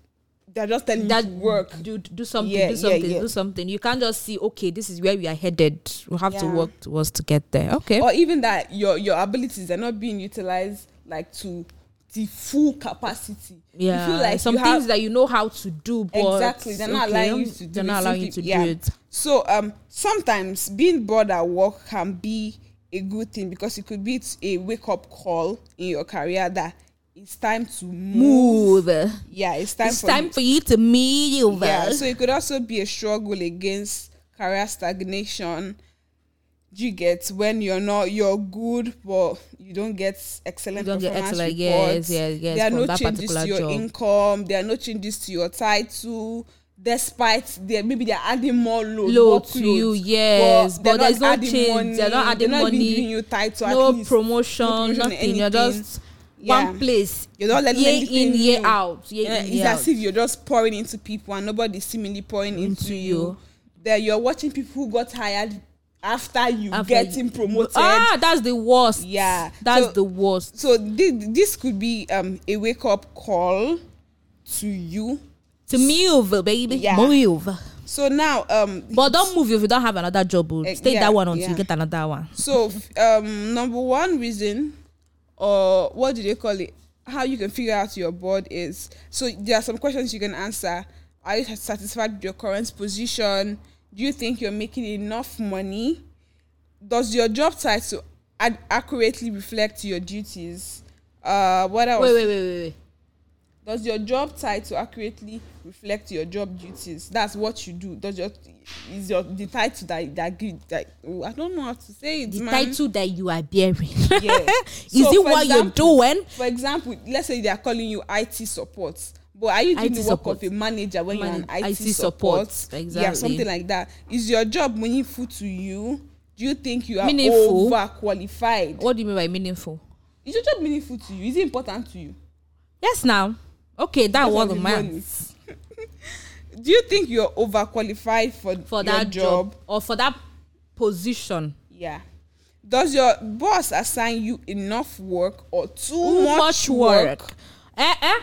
Speaker 1: they're just telling you
Speaker 2: that
Speaker 1: to work
Speaker 2: do do something
Speaker 1: Yeah,
Speaker 2: do
Speaker 1: yeah,
Speaker 2: something
Speaker 1: yeah.
Speaker 2: do something you can't just see okay this is where we are headed we have to
Speaker 1: Yeah.
Speaker 2: work towards to get there okay
Speaker 1: or even that your your abilities are not being utilized like to the full capacity
Speaker 2: yeah
Speaker 1: you feel like
Speaker 2: some
Speaker 1: you
Speaker 2: things
Speaker 1: have,
Speaker 2: that you know how to do but
Speaker 1: exactly they're not
Speaker 2: okay,
Speaker 1: allowing you to do
Speaker 2: they're
Speaker 1: it
Speaker 2: not allowing you to
Speaker 1: simply-
Speaker 2: do
Speaker 1: yeah.
Speaker 2: it
Speaker 1: so um sometimes being bored at work can be a good thing because it could be a wake-up call in your career that it's time to move,
Speaker 2: move
Speaker 1: yeah it's time
Speaker 2: it's
Speaker 1: for
Speaker 2: time
Speaker 1: you
Speaker 2: for you to move
Speaker 1: Yeah, so it could also be a struggle against career stagnation. You get when you're not you're good, but you don't get excellent
Speaker 2: You don't get
Speaker 1: performance
Speaker 2: excellent,
Speaker 1: reports.
Speaker 2: yes, yes, yes,
Speaker 1: There are
Speaker 2: from
Speaker 1: no
Speaker 2: that
Speaker 1: changes to
Speaker 2: particular
Speaker 1: your
Speaker 2: job.
Speaker 1: income. There are no changes to your title. Despite they maybe they're adding more load,
Speaker 2: Low
Speaker 1: workload,
Speaker 2: to you, yes,
Speaker 1: they're
Speaker 2: but there's
Speaker 1: not
Speaker 2: no
Speaker 1: adding
Speaker 2: change.
Speaker 1: money,
Speaker 2: They're not adding
Speaker 1: even
Speaker 2: money,
Speaker 1: giving you title, at
Speaker 2: no
Speaker 1: least.
Speaker 2: promotion,
Speaker 1: promotion,
Speaker 2: nothing you're
Speaker 1: anything.
Speaker 2: just
Speaker 1: Yeah.
Speaker 2: one place
Speaker 1: You're not letting
Speaker 2: year
Speaker 1: anything
Speaker 2: in year
Speaker 1: new.
Speaker 2: out year
Speaker 1: Yeah,
Speaker 2: in
Speaker 1: it's
Speaker 2: year out
Speaker 1: as if you're just pouring into people and nobody's seemingly pouring into,
Speaker 2: Into
Speaker 1: you.
Speaker 2: you.
Speaker 1: That you're watching people who got hired after you
Speaker 2: After you-
Speaker 1: getting promoted.
Speaker 2: ah that's the worst
Speaker 1: Yeah.
Speaker 2: that's
Speaker 1: So-
Speaker 2: the worst
Speaker 1: So thi- this could be um, a wake up call. to you.
Speaker 2: To move, baby.
Speaker 1: Yeah.
Speaker 2: Move.
Speaker 1: So now, um,
Speaker 2: But don't move if you don't have another job. oh.
Speaker 1: Eh,
Speaker 2: Stay
Speaker 1: yeah,
Speaker 2: that one until
Speaker 1: yeah.
Speaker 2: you get another one.
Speaker 1: so f- um, number one reason, or what do they call it? How you can figure out your board is so there are some questions you can answer. Are you satisfied with your current position? Do you think you're making enough money? Does your job title ad- accurately reflect your duties? Uh, what else?
Speaker 2: Wait, wait, wait, wait, wait.
Speaker 1: Does your job title accurately reflect your job duties? That's what you do. Does your is your the title that that, gi- that oh, I don't know how to say it.
Speaker 2: The
Speaker 1: man.
Speaker 2: title that you are bearing.
Speaker 1: Mm-hmm.
Speaker 2: *laughs*
Speaker 1: Yeah.
Speaker 2: Is
Speaker 1: So,
Speaker 2: it
Speaker 1: for
Speaker 2: what you're
Speaker 1: example-
Speaker 2: doing?
Speaker 1: For example, let's say they are calling you IT support, but are you doing
Speaker 2: IT
Speaker 1: the work
Speaker 2: support.
Speaker 1: of a manager when you're an
Speaker 2: Manage-
Speaker 1: IT,
Speaker 2: IT
Speaker 1: support?
Speaker 2: support,
Speaker 1: Yeah,
Speaker 2: exactly.
Speaker 1: something like that. Is your job meaningful to you? Do you think you are
Speaker 2: Meaningful?
Speaker 1: overqualified?
Speaker 2: What do you mean by meaningful?
Speaker 1: Is your job meaningful to you? Is it important to you?
Speaker 2: Yes, now. Okay, that
Speaker 1: Because
Speaker 2: was
Speaker 1: of
Speaker 2: the
Speaker 1: the
Speaker 2: man
Speaker 1: *laughs* Do you think you're overqualified for,
Speaker 2: for
Speaker 1: your
Speaker 2: that job or for that position.
Speaker 1: Yeah. Does your boss assign you enough work or too,
Speaker 2: Too
Speaker 1: much,
Speaker 2: much
Speaker 1: work?
Speaker 2: work. Eh, eh,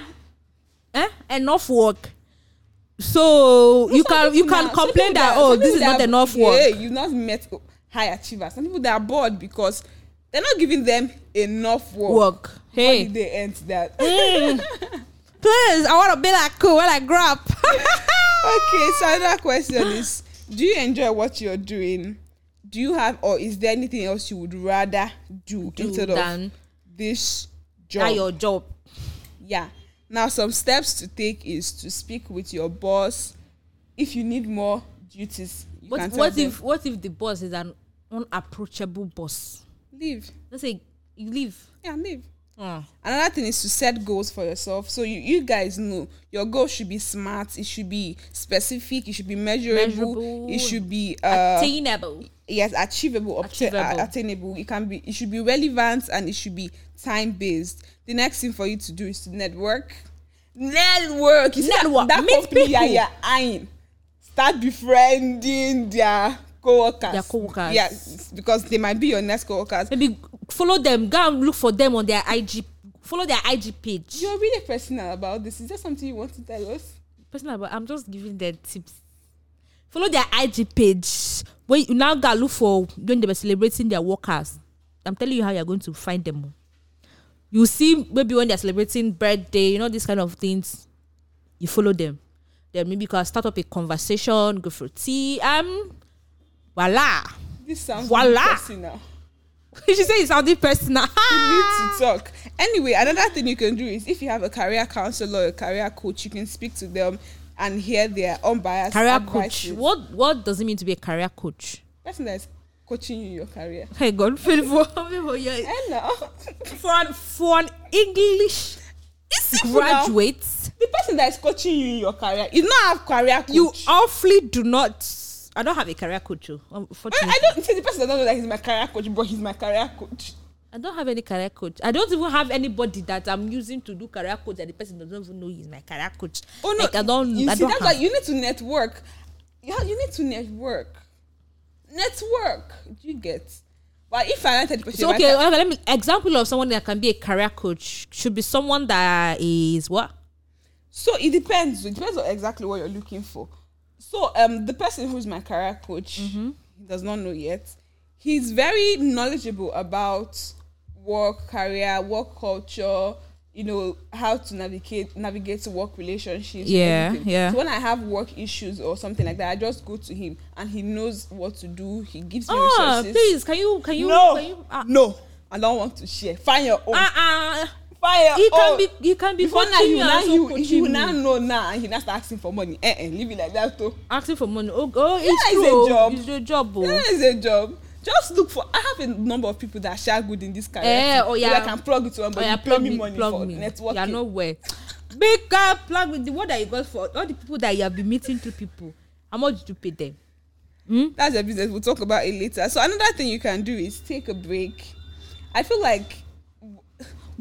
Speaker 2: eh, enough work. So
Speaker 1: Some
Speaker 2: you can
Speaker 1: people
Speaker 2: you can
Speaker 1: now- some
Speaker 2: complain
Speaker 1: people
Speaker 2: that oh
Speaker 1: some
Speaker 2: this
Speaker 1: people
Speaker 2: is not
Speaker 1: that-
Speaker 2: enough
Speaker 1: yeah,
Speaker 2: work.
Speaker 1: You've not met high achievers. Some people they are bored because they're not giving them enough work.
Speaker 2: Work. Mm. Hey,
Speaker 1: Holiday ends that.
Speaker 2: please, I want to be like cool when I grow up.
Speaker 1: *laughs* okay, so another question is: Do you enjoy what you're doing? Do you have, or is there anything else you would rather do,
Speaker 2: Do
Speaker 1: instead of
Speaker 2: than-
Speaker 1: this job?
Speaker 2: *laughs* That your job.
Speaker 1: Yeah. Now, some steps to take is to speak with your boss. If you need more duties, you
Speaker 2: What,
Speaker 1: can tell
Speaker 2: what
Speaker 1: them,
Speaker 2: if what if the boss is an unapproachable boss?
Speaker 1: leave.
Speaker 2: Let's say you leave.
Speaker 1: Yeah, leave.
Speaker 2: Mm.
Speaker 1: Another thing is to set goals for yourself. So you, you guys know your goal should be smart. It should be specific. It should be measurable.
Speaker 2: Measurable.
Speaker 1: It should be uh,
Speaker 2: Attainable.
Speaker 1: yes achievable, obta-
Speaker 2: Achievable.
Speaker 1: uh, attainable. It can be. It should be relevant and it should be time based. The next thing for you to do is to network. Network. You see that-
Speaker 2: Network.
Speaker 1: That,
Speaker 2: Meet
Speaker 1: company yeah,
Speaker 2: people.
Speaker 1: you're eyeing. Start befriending their co-workers.
Speaker 2: Their co-workers.
Speaker 1: Yes, because they might be your next co-workers.
Speaker 2: maybe follow them go and look for them on their ig follow their ig page
Speaker 1: You're really personal about this. Is there something you want to tell us?
Speaker 2: personal but i'm just giving them tips follow their ig page when you now go and look for when they were celebrating their workers i'm telling you how you're going to find them oh. you see maybe when they're celebrating birthday you know these kind of things you follow them then maybe you can start up a conversation go for tea um voila *laughs*
Speaker 1: This sounds
Speaker 2: Voila.
Speaker 1: really personal.
Speaker 2: she said it sounded personal *laughs*
Speaker 1: You need to talk. Anyway, another thing you can do is if you have a career counselor or a career coach, you can speak to them and hear their unbiased
Speaker 2: career coach
Speaker 1: advices.
Speaker 2: what what does it mean to be a career coach
Speaker 1: Person that is coaching you in your career. Eh,
Speaker 2: Hey God, *laughs* for for
Speaker 1: *laughs*
Speaker 2: your-
Speaker 1: Hello.
Speaker 2: for an, for an English
Speaker 1: It's simple now.
Speaker 2: graduate,
Speaker 1: The person that is coaching you in your career, you not have career coach.
Speaker 2: you awfully do not. I don't have a career coach, oh,
Speaker 1: I,
Speaker 2: unfortunately.
Speaker 1: I don't see the person that don't know that he's my career coach, but he's my career coach.
Speaker 2: I don't have any career coach. I don't even have anybody that I'm using to do career coach that the person doesn't even know he's my career coach.
Speaker 1: Oh no,
Speaker 2: like, I don't.
Speaker 1: You
Speaker 2: I
Speaker 1: see,
Speaker 2: don't
Speaker 1: that's
Speaker 2: have.
Speaker 1: why you need to network. Yeah, you need to network. Network. Do you get? But if I wanted to
Speaker 2: so okay, okay, let me example of someone that can be a career coach should be someone that is what
Speaker 1: So it depends. It depends on exactly what you're looking for. So um, the person who's my career coach
Speaker 2: Mm-hmm.
Speaker 1: he does not know yet. He's very knowledgeable about work, career, work culture. You know how to navigate navigate work relationships. and
Speaker 2: Yeah,
Speaker 1: everything.
Speaker 2: yeah.
Speaker 1: So when I have work issues or something like that, I just go to him, and he knows what to do. He gives me
Speaker 2: oh
Speaker 1: resources.
Speaker 2: please can you can you
Speaker 1: no,
Speaker 2: can you ah
Speaker 1: no, I don't want to share. Find your own.
Speaker 2: ah, ah
Speaker 1: Find your
Speaker 2: he
Speaker 1: own
Speaker 2: can be he can be
Speaker 1: before now you
Speaker 2: coaching you and
Speaker 1: now
Speaker 2: also
Speaker 1: you
Speaker 2: coaching
Speaker 1: you
Speaker 2: me.
Speaker 1: now know now and he now start asking for money eh eh leave it like that too
Speaker 2: asking for money. Oh, oh it's
Speaker 1: Yeah, it's a
Speaker 2: true.
Speaker 1: job.
Speaker 2: It's a job.
Speaker 1: oh.
Speaker 2: Oh.
Speaker 1: that is a job just look for i have a number of people that share good in this career
Speaker 2: Eh,
Speaker 1: too,
Speaker 2: oh,
Speaker 1: so
Speaker 2: yeah.
Speaker 1: that i can plug it to one
Speaker 2: Oh,
Speaker 1: but
Speaker 2: yeah,
Speaker 1: you pay
Speaker 2: plug
Speaker 1: me
Speaker 2: me,
Speaker 1: money
Speaker 2: plug
Speaker 1: for
Speaker 2: me.
Speaker 1: networking
Speaker 2: You're nowhere. Big uh, plug with the one that you got for all the people that you have been meeting to people. How much did you pay them?
Speaker 1: that's your business we'll talk about it later so another thing you can do is take a break i feel like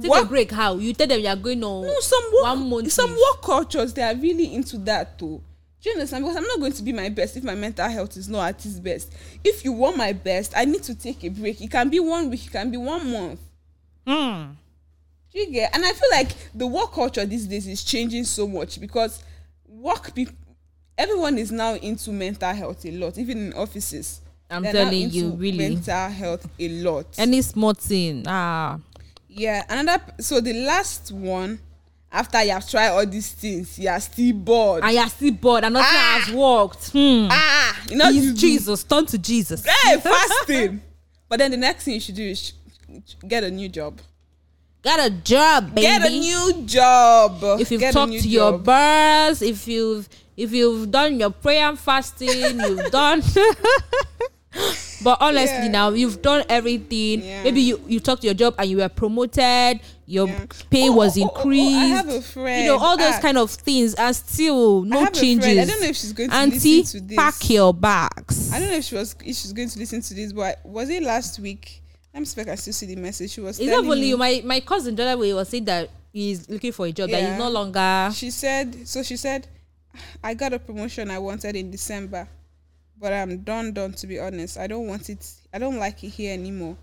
Speaker 2: Take
Speaker 1: work
Speaker 2: a break. How you tell them you are going on
Speaker 1: no some work
Speaker 2: one month?
Speaker 1: some
Speaker 2: leave.
Speaker 1: work cultures they are really into that too do you understand because i'm not going to be my best if my mental health is not at its best if you want my best i need to take a break it can be one week it can be one month
Speaker 2: Mm.
Speaker 1: Do You get, and I feel like the work culture these days is changing so much because work people, everyone is now into mental health a lot, even in offices.
Speaker 2: I'm
Speaker 1: They're now
Speaker 2: telling you,
Speaker 1: into
Speaker 2: really.
Speaker 1: mental health a lot.
Speaker 2: Any small thing, ah,
Speaker 1: yeah, another. p- So the last one, after you have tried all these things, you are still bored.
Speaker 2: and you're still bored, and nothing
Speaker 1: Ah!
Speaker 2: has worked. Hmm.
Speaker 1: ah, you know,
Speaker 2: He's
Speaker 1: you do
Speaker 2: Jesus, turn to Jesus. *laughs*
Speaker 1: Hey, fasting. but then the next thing you should do is sh- sh- get a new job.
Speaker 2: Got a job, baby.
Speaker 1: Get a new job.
Speaker 2: if you've
Speaker 1: Get a
Speaker 2: talked
Speaker 1: new
Speaker 2: to your
Speaker 1: job.
Speaker 2: boss, if you've if you've done your prayer and fasting, you've done. *laughs* but honestly,
Speaker 1: Yeah.
Speaker 2: now you've done everything.
Speaker 1: Yeah.
Speaker 2: Maybe you you talked to your job and you were promoted. Your
Speaker 1: Yeah.
Speaker 2: pay
Speaker 1: Oh,
Speaker 2: was
Speaker 1: oh, oh, oh, oh, I
Speaker 2: increased.
Speaker 1: have a
Speaker 2: You know all those
Speaker 1: friend. Ah.
Speaker 2: kind of things, and still
Speaker 1: I
Speaker 2: no
Speaker 1: have a friend.
Speaker 2: changes.
Speaker 1: I don't know if she's going to
Speaker 2: Auntie,
Speaker 1: listen to this.
Speaker 2: pack your bags.
Speaker 1: I don't know if she was if she's going to listen to this, but was it last week? Let me see if I can still see the message. She was
Speaker 2: It's not
Speaker 1: telling
Speaker 2: only
Speaker 1: me,
Speaker 2: you. My my cousin the other way was saying that he's looking for a job that
Speaker 1: Yeah.
Speaker 2: he's no longer.
Speaker 1: She said so she said I got a promotion I wanted in December. But I'm done done to be honest. I don't want it I don't like it here anymore.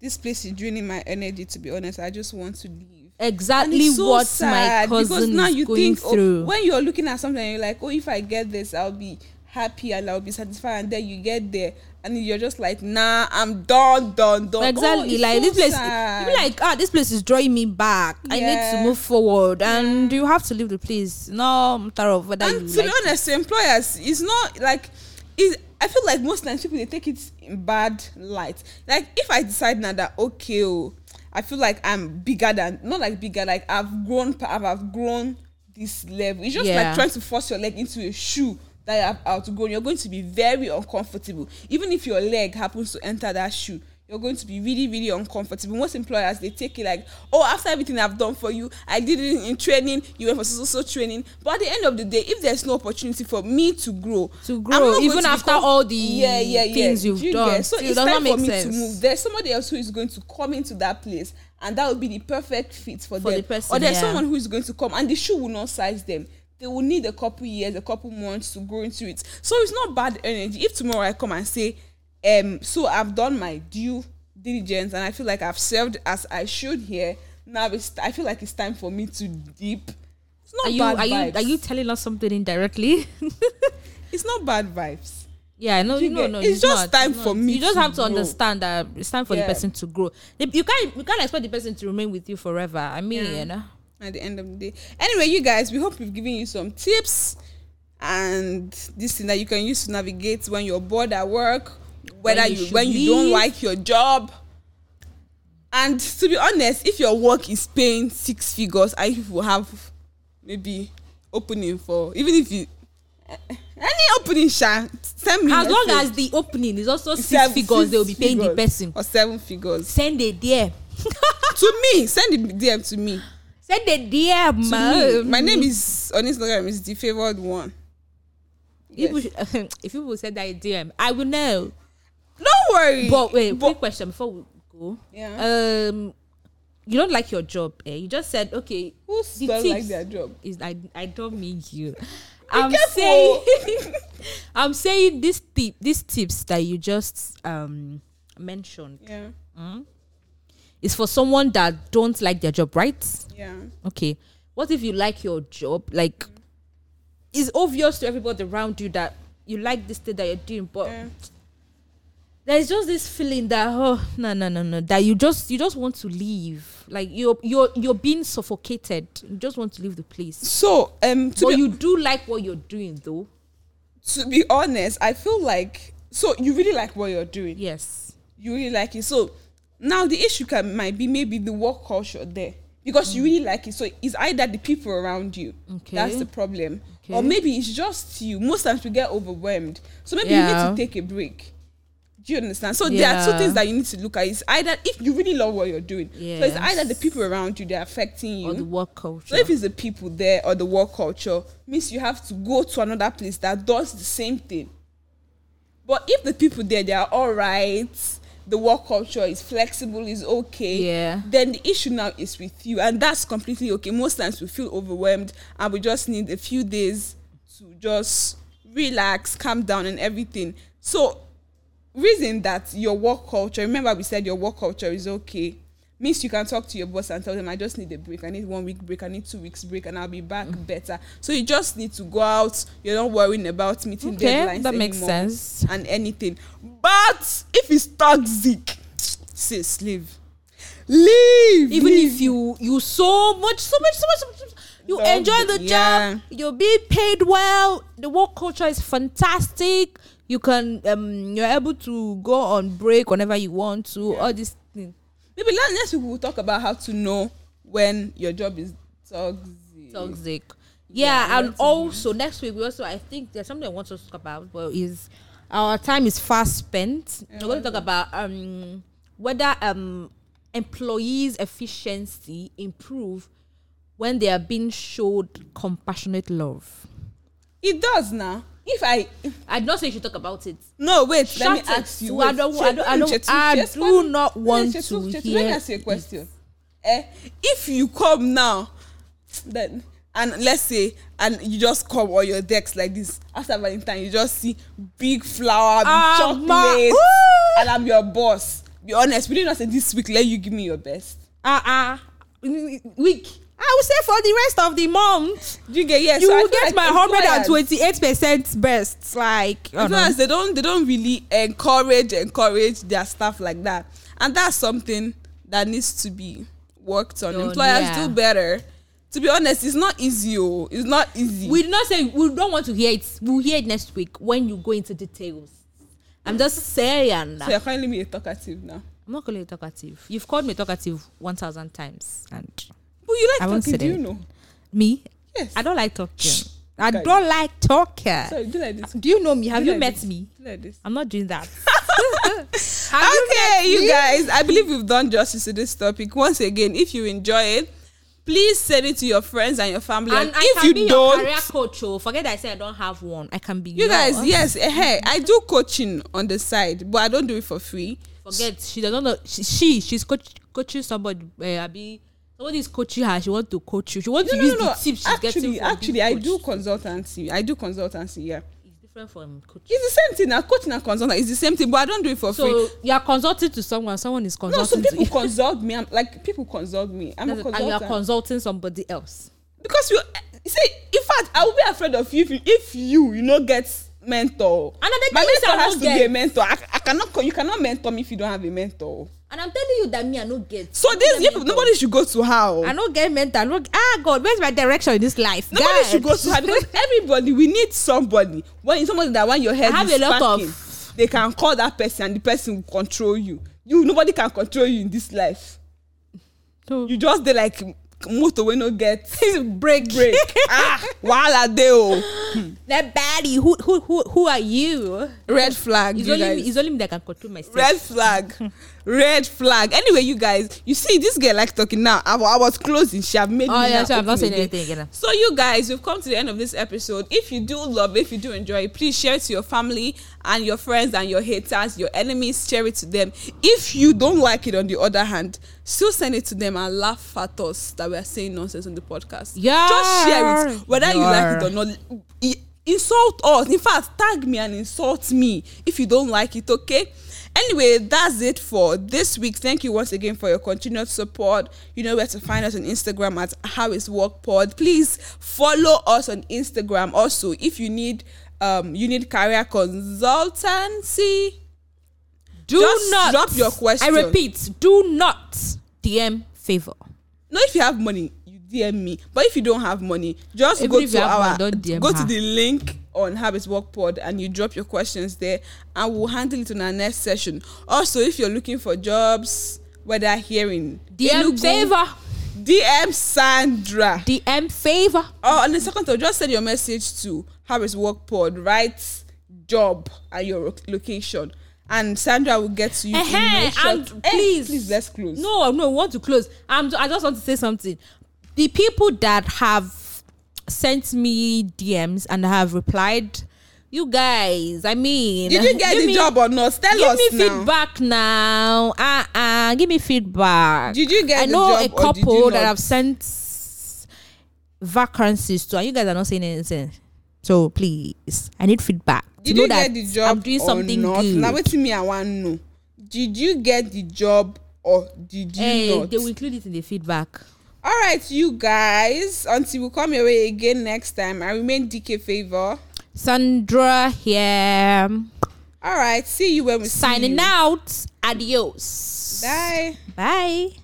Speaker 1: This place is draining my energy to be honest. I just want to leave. And
Speaker 2: Exactly
Speaker 1: it's so
Speaker 2: what my
Speaker 1: sad because
Speaker 2: cousin
Speaker 1: now
Speaker 2: is
Speaker 1: you
Speaker 2: going
Speaker 1: think oh,
Speaker 2: through.
Speaker 1: when you're looking at something and you're like oh if i get this i'll be happy and i'll be satisfied and then you get there and you're just like nah i'm done done done
Speaker 2: exactly
Speaker 1: oh, it's
Speaker 2: like
Speaker 1: so
Speaker 2: this place
Speaker 1: sad.
Speaker 2: you be like ah this place is drawing me back i need
Speaker 1: Yeah.
Speaker 2: to move forward and you have to leave the place no matter of whether
Speaker 1: and
Speaker 2: you
Speaker 1: to
Speaker 2: like
Speaker 1: be honest employers it's not like it i feel like most times people they take it in bad light like if i decide now that okay oh i feel like i'm bigger than not like bigger like i've grown pa- i've, I've grown this level it's just
Speaker 2: Yeah.
Speaker 1: like trying to force your leg into a shoe that you have outgrown you're going to be very uncomfortable even if your leg happens to enter that shoe you're going to be really really uncomfortable most employers they take it like oh after everything i've done for you i did it in training you went for so so so training but at the end of the day if there's no opportunity for me to grow
Speaker 2: To
Speaker 1: I'm
Speaker 2: grow,
Speaker 1: not going
Speaker 2: even
Speaker 1: to
Speaker 2: after all the things
Speaker 1: Do
Speaker 2: you've
Speaker 1: you
Speaker 2: done,
Speaker 1: get? so
Speaker 2: it
Speaker 1: it's
Speaker 2: does not
Speaker 1: time for
Speaker 2: make
Speaker 1: me
Speaker 2: sense.
Speaker 1: to move there's somebody else who is going to come into that place and that would be the perfect fit for,
Speaker 2: For
Speaker 1: them
Speaker 2: the person,
Speaker 1: or there's
Speaker 2: yeah.
Speaker 1: someone who is going to come and the shoe will not size them they will need a couple years a couple months to grow into it so it's not bad energy if tomorrow i come and say um so i've done my due diligence and i feel like i've served as i should here now it's i feel like it's time for me to dip it's not
Speaker 2: are you
Speaker 1: bad
Speaker 2: are you
Speaker 1: vibes.
Speaker 2: are you telling us something indirectly *laughs*
Speaker 1: it's not bad vibes
Speaker 2: yeah no
Speaker 1: You
Speaker 2: no
Speaker 1: get-
Speaker 2: no
Speaker 1: it's just
Speaker 2: not,
Speaker 1: time
Speaker 2: it's not.
Speaker 1: for me
Speaker 2: you just
Speaker 1: to
Speaker 2: have to
Speaker 1: grow.
Speaker 2: understand that it's time for
Speaker 1: Yeah.
Speaker 2: the person to grow If- you can't you can't expect the person to remain with you forever i mean you know
Speaker 1: at the end of the day. Anyway, you guys, we hope we've given you some tips and this thing that you can use to navigate when you're bored at work, whether
Speaker 2: When you
Speaker 1: you,
Speaker 2: should
Speaker 1: when you don't
Speaker 2: leave.
Speaker 1: like your job. And to be honest, if your work is paying six figures, I will have maybe opening for even if you eh, any opening sha send me
Speaker 2: as long
Speaker 1: message.
Speaker 2: as the opening is also six
Speaker 1: Seven-
Speaker 2: figures
Speaker 1: six
Speaker 2: they will be paying the
Speaker 1: figures
Speaker 2: person
Speaker 1: or seven figures
Speaker 2: send a dm
Speaker 1: to me send the dm to me
Speaker 2: send a dm
Speaker 1: to me. My name is on Instagram is the favored one.
Speaker 2: People should, *laughs* if people said that in DM, I will know.
Speaker 1: Don't worry.
Speaker 2: But wait,
Speaker 1: But-
Speaker 2: quick question before we go.
Speaker 1: Yeah.
Speaker 2: Um, you don't like your job, eh? You just said okay.
Speaker 1: who
Speaker 2: the
Speaker 1: does like
Speaker 2: tips
Speaker 1: their job?
Speaker 2: Is I I don't mean you. I'm
Speaker 1: careful.
Speaker 2: saying *laughs* I'm saying this tip these tips that you just um mentioned
Speaker 1: Yeah,
Speaker 2: is for someone that don't like their job, right?
Speaker 1: yeah.
Speaker 2: okay what if you like your job like it's obvious to everybody around you that you like this thing that you're doing but
Speaker 1: Yeah.
Speaker 2: there's just this feeling that oh no no no no that you just you just want to leave like you're you're you're being suffocated you just want to leave the place
Speaker 1: So um, to
Speaker 2: but
Speaker 1: be,
Speaker 2: you do like what you're doing though
Speaker 1: to be honest, I feel like so you really like what you're doing.
Speaker 2: yes
Speaker 1: You really like it. So now the issue can might be maybe the work culture there because you really like it. So it's either the people around you.
Speaker 2: Mm. Okay.
Speaker 1: That's the problem.
Speaker 2: Okay.
Speaker 1: Or maybe it's just you. Most times we get overwhelmed. So maybe you
Speaker 2: Yeah.
Speaker 1: need to take a break. Do you understand? So there are two
Speaker 2: Yeah.
Speaker 1: things that you need to look at. It's either if you really love what you're doing, so it's
Speaker 2: Yes.
Speaker 1: either the people around you they're affecting you,
Speaker 2: or the work culture
Speaker 1: Hmm? So if it's the people there or the work culture, means you have to go to another place that does the same thing. But if the people there they are all right, the work culture is flexible, is okay.
Speaker 2: Yeah.
Speaker 1: Then the issue now is with you, and that's completely okay. Most times we feel overwhelmed, and we just need a few days to just relax, calm down, and everything. So reason that your work culture remember we said your work culture is okay means you can talk to your boss and tell them i just need a break i need one week break i need two weeks break and i'll be back
Speaker 2: Mm.
Speaker 1: better so you just need to go out you're not worrying about meeting
Speaker 2: Okay,
Speaker 1: deadlines
Speaker 2: that makes
Speaker 1: anymore
Speaker 2: sense.
Speaker 1: and anything but if it's toxic sis leave leave
Speaker 2: Even
Speaker 1: leave.
Speaker 2: if Um, you you so much, so much, so much, so much, so much you
Speaker 1: Don't
Speaker 2: enjoy
Speaker 1: be-
Speaker 2: the
Speaker 1: yeah.
Speaker 2: job, you're being paid well. The work culture is fantastic. You can um, you're able to go on break whenever you want to. All these things.
Speaker 1: maybe la- next week we'll talk about how to know when your job is toxic
Speaker 2: toxic. Yeah, and also next week we also I think there's something I want to talk about. Well, is our time is fast spent. We're going to talk about um whether um employees' efficiency improve when they are being showed compassionate love.
Speaker 1: it does now if i
Speaker 2: I don't say you should talk about it.
Speaker 1: no wait
Speaker 2: Shut
Speaker 1: let me
Speaker 2: it.
Speaker 1: ask you
Speaker 2: I
Speaker 1: wait,
Speaker 2: don't- I
Speaker 1: Chet-
Speaker 2: don't-
Speaker 1: let
Speaker 2: I
Speaker 1: me
Speaker 2: don't-
Speaker 1: Chetu-
Speaker 2: I
Speaker 1: Chetu,
Speaker 2: do
Speaker 1: let me-
Speaker 2: not
Speaker 1: let me
Speaker 2: want
Speaker 1: Chetu-
Speaker 2: to
Speaker 1: Chetu, let me
Speaker 2: hear
Speaker 1: ask you a question eh if you come now then and let's say and you just come on your decks like this after valentine you just see big flower
Speaker 2: Ah,
Speaker 1: big
Speaker 2: ma-
Speaker 1: chocolate
Speaker 2: Ooh.
Speaker 1: and i'm your boss be honest we did not say this week let you give me your best
Speaker 2: Uh uh week. I will say for the rest of the month,
Speaker 1: you get yes
Speaker 2: you will get my hundred and twenty-eight percent best. Like I don't know.
Speaker 1: Because they don't they don't really encourage encourage their staff like that, and that's something that needs to be worked on.
Speaker 2: Done,
Speaker 1: Employers
Speaker 2: yeah.
Speaker 1: do better. To be honest, it's not easy. Oh, it's not easy.
Speaker 2: we do not say we don't want to hear it. We'll hear it next week when you go into details. I'm just saying that.
Speaker 1: so you're calling me a talkative now.
Speaker 2: I'm not calling you talkative. You've called me talkative 1,000 times. And
Speaker 1: But you
Speaker 2: I
Speaker 1: like
Speaker 2: won't
Speaker 1: talking,
Speaker 2: say
Speaker 1: do you
Speaker 2: that.
Speaker 1: know?
Speaker 2: me,
Speaker 1: Yes.
Speaker 2: I don't like talking. I
Speaker 1: Okay.
Speaker 2: don't like talking.
Speaker 1: Sorry, do like this.
Speaker 2: Do you know me? Have
Speaker 1: Do
Speaker 2: you
Speaker 1: like
Speaker 2: met
Speaker 1: this.
Speaker 2: me?
Speaker 1: Do like this.
Speaker 2: I'm not doing *laughs* that.
Speaker 1: okay, you, guys, I believe we've done justice to this topic. Once again, if you enjoy it, please send it to your friends and your family.
Speaker 2: And
Speaker 1: and
Speaker 2: I
Speaker 1: if
Speaker 2: can be
Speaker 1: you
Speaker 2: your
Speaker 1: don't,
Speaker 2: career coach. Oh, forget that I said I don't have one. I can be
Speaker 1: You
Speaker 2: yours.
Speaker 1: guys, yes, eh, hey, I do coaching on the side, but I don't do it for free.
Speaker 2: Forget she doesn't know. She, she she's coach, coaching somebody. Uh, Abi, somebody is coaching her. She wants to coach you. She wants
Speaker 1: No,
Speaker 2: to use
Speaker 1: no, no.
Speaker 2: the tips she's getting
Speaker 1: Actually,
Speaker 2: from
Speaker 1: actually,
Speaker 2: being
Speaker 1: I do
Speaker 2: coached.
Speaker 1: consultancy. I do consultancy. Yeah,
Speaker 2: It's different from coaching.
Speaker 1: it's the same thing. Now, coaching and consultant is the same thing, but I don't do it for free.
Speaker 2: So you are consulting to someone. Someone is
Speaker 1: No, so
Speaker 2: consulting. to
Speaker 1: people
Speaker 2: you.
Speaker 1: consult me. I'm like people consult me. I'm a
Speaker 2: That's it. and you are
Speaker 1: consultant
Speaker 2: consulting somebody else.
Speaker 1: because you eh, see. In fact, I will be afraid of you if you, if you, you know, get mentor.
Speaker 2: And I dey
Speaker 1: my
Speaker 2: tell you say I
Speaker 1: mentor has
Speaker 2: no
Speaker 1: to be a
Speaker 2: get.
Speaker 1: mentor. I, I cannot. co- You cannot mentor me if you don't have a mentor.
Speaker 2: And I'm telling you that me, I no get.
Speaker 1: So
Speaker 2: I no
Speaker 1: this,
Speaker 2: get
Speaker 1: people,
Speaker 2: mentor.
Speaker 1: nobody should go to oh. how.
Speaker 2: I don't get mental. Look, ah, God, where's my direction in this life?
Speaker 1: nobody
Speaker 2: God.
Speaker 1: should go to her because everybody we need somebody when somebody that when your head
Speaker 2: I have
Speaker 1: is
Speaker 2: a lot
Speaker 1: packing,
Speaker 2: of-
Speaker 1: they can call that person and the person will control you you nobody can control you in this life
Speaker 2: No.
Speaker 1: you just dey like motor wey no get
Speaker 2: *laughs* break,
Speaker 1: brake ah wahala dey o
Speaker 2: *laughs* That baddie. Who, who, who, who are you?
Speaker 1: red flag
Speaker 2: It's
Speaker 1: you
Speaker 2: only,
Speaker 1: guys
Speaker 2: me, it's only me that can control myself.
Speaker 1: red flag red flag anyway you guys you see this girl like talking now i, wa- I was closing she have made
Speaker 2: Oh,
Speaker 1: me
Speaker 2: yeah,
Speaker 1: now
Speaker 2: so I'm not
Speaker 1: open
Speaker 2: saying
Speaker 1: again.
Speaker 2: anything again.
Speaker 1: So, you guys, we've come to the end of this episode. If you do love, if you do enjoy, it, please share it to your family and your friends and your haters, your enemies. Share it to them. If you don't like it, on the other hand, still send it to them and laugh at us that we are saying nonsense on the podcast.
Speaker 2: Yeah.
Speaker 1: just share it, whether you like
Speaker 2: Yeah.
Speaker 1: it or not. i- Insult us. In fact, tag me and insult me if you don't like it. Okay. Anyway, that's it for this week. Thank you once again for your continued support. You know where to find us on Instagram at How Is Work Pod. Please follow us on Instagram. Also, if you need um you need career consultancy,
Speaker 2: Do
Speaker 1: Just
Speaker 2: not
Speaker 1: drop your question.
Speaker 2: I repeat, do not DM favor.
Speaker 1: no if you have money you dm me but if you don't have money just
Speaker 2: Even
Speaker 1: go
Speaker 2: if you
Speaker 1: to
Speaker 2: have
Speaker 1: our
Speaker 2: money, don't DM
Speaker 1: go
Speaker 2: her.
Speaker 1: to the link on habits work pod and you drop your questions there and we'll handle it on our next session also if you're looking for jobs whether here in
Speaker 2: DM
Speaker 1: Enugu,
Speaker 2: favor.
Speaker 1: dm sandra
Speaker 2: DM favor.
Speaker 1: or on the second thought just send your message to habits work pod write job and your ro- location and sandra will get to you in
Speaker 2: Eh-heh,
Speaker 1: no short-
Speaker 2: and
Speaker 1: Eh,
Speaker 2: please-
Speaker 1: please let's close
Speaker 2: No, no, I want to close. I'm, I just want to say something. The people that have sent me DMs and have replied, you guys, I mean,
Speaker 1: did you get
Speaker 2: give
Speaker 1: the
Speaker 2: me,
Speaker 1: job or not tell
Speaker 2: Give
Speaker 1: us
Speaker 2: me
Speaker 1: now.
Speaker 2: feedback now. Uh uh give me feedback.
Speaker 1: Did you get
Speaker 2: I
Speaker 1: the
Speaker 2: know
Speaker 1: job
Speaker 2: a
Speaker 1: or did you
Speaker 2: couple that
Speaker 1: not?
Speaker 2: I've sent vacancies to, and you guys are not saying anything. So please, I need feedback.
Speaker 1: did
Speaker 2: to know
Speaker 1: you
Speaker 2: that
Speaker 1: get the job
Speaker 2: I'm doing something
Speaker 1: or not
Speaker 2: good.
Speaker 1: na wetin me i wan know did you get the job or did you
Speaker 2: Eh,
Speaker 1: not?
Speaker 2: they will include it in the feedback.
Speaker 1: All right, you guys. Until we come your way again next time, I remain DK Favor.
Speaker 2: Sandra here.
Speaker 1: All right, see you when we see
Speaker 2: Signing
Speaker 1: you.
Speaker 2: out. Adios.
Speaker 1: Bye.
Speaker 2: Bye.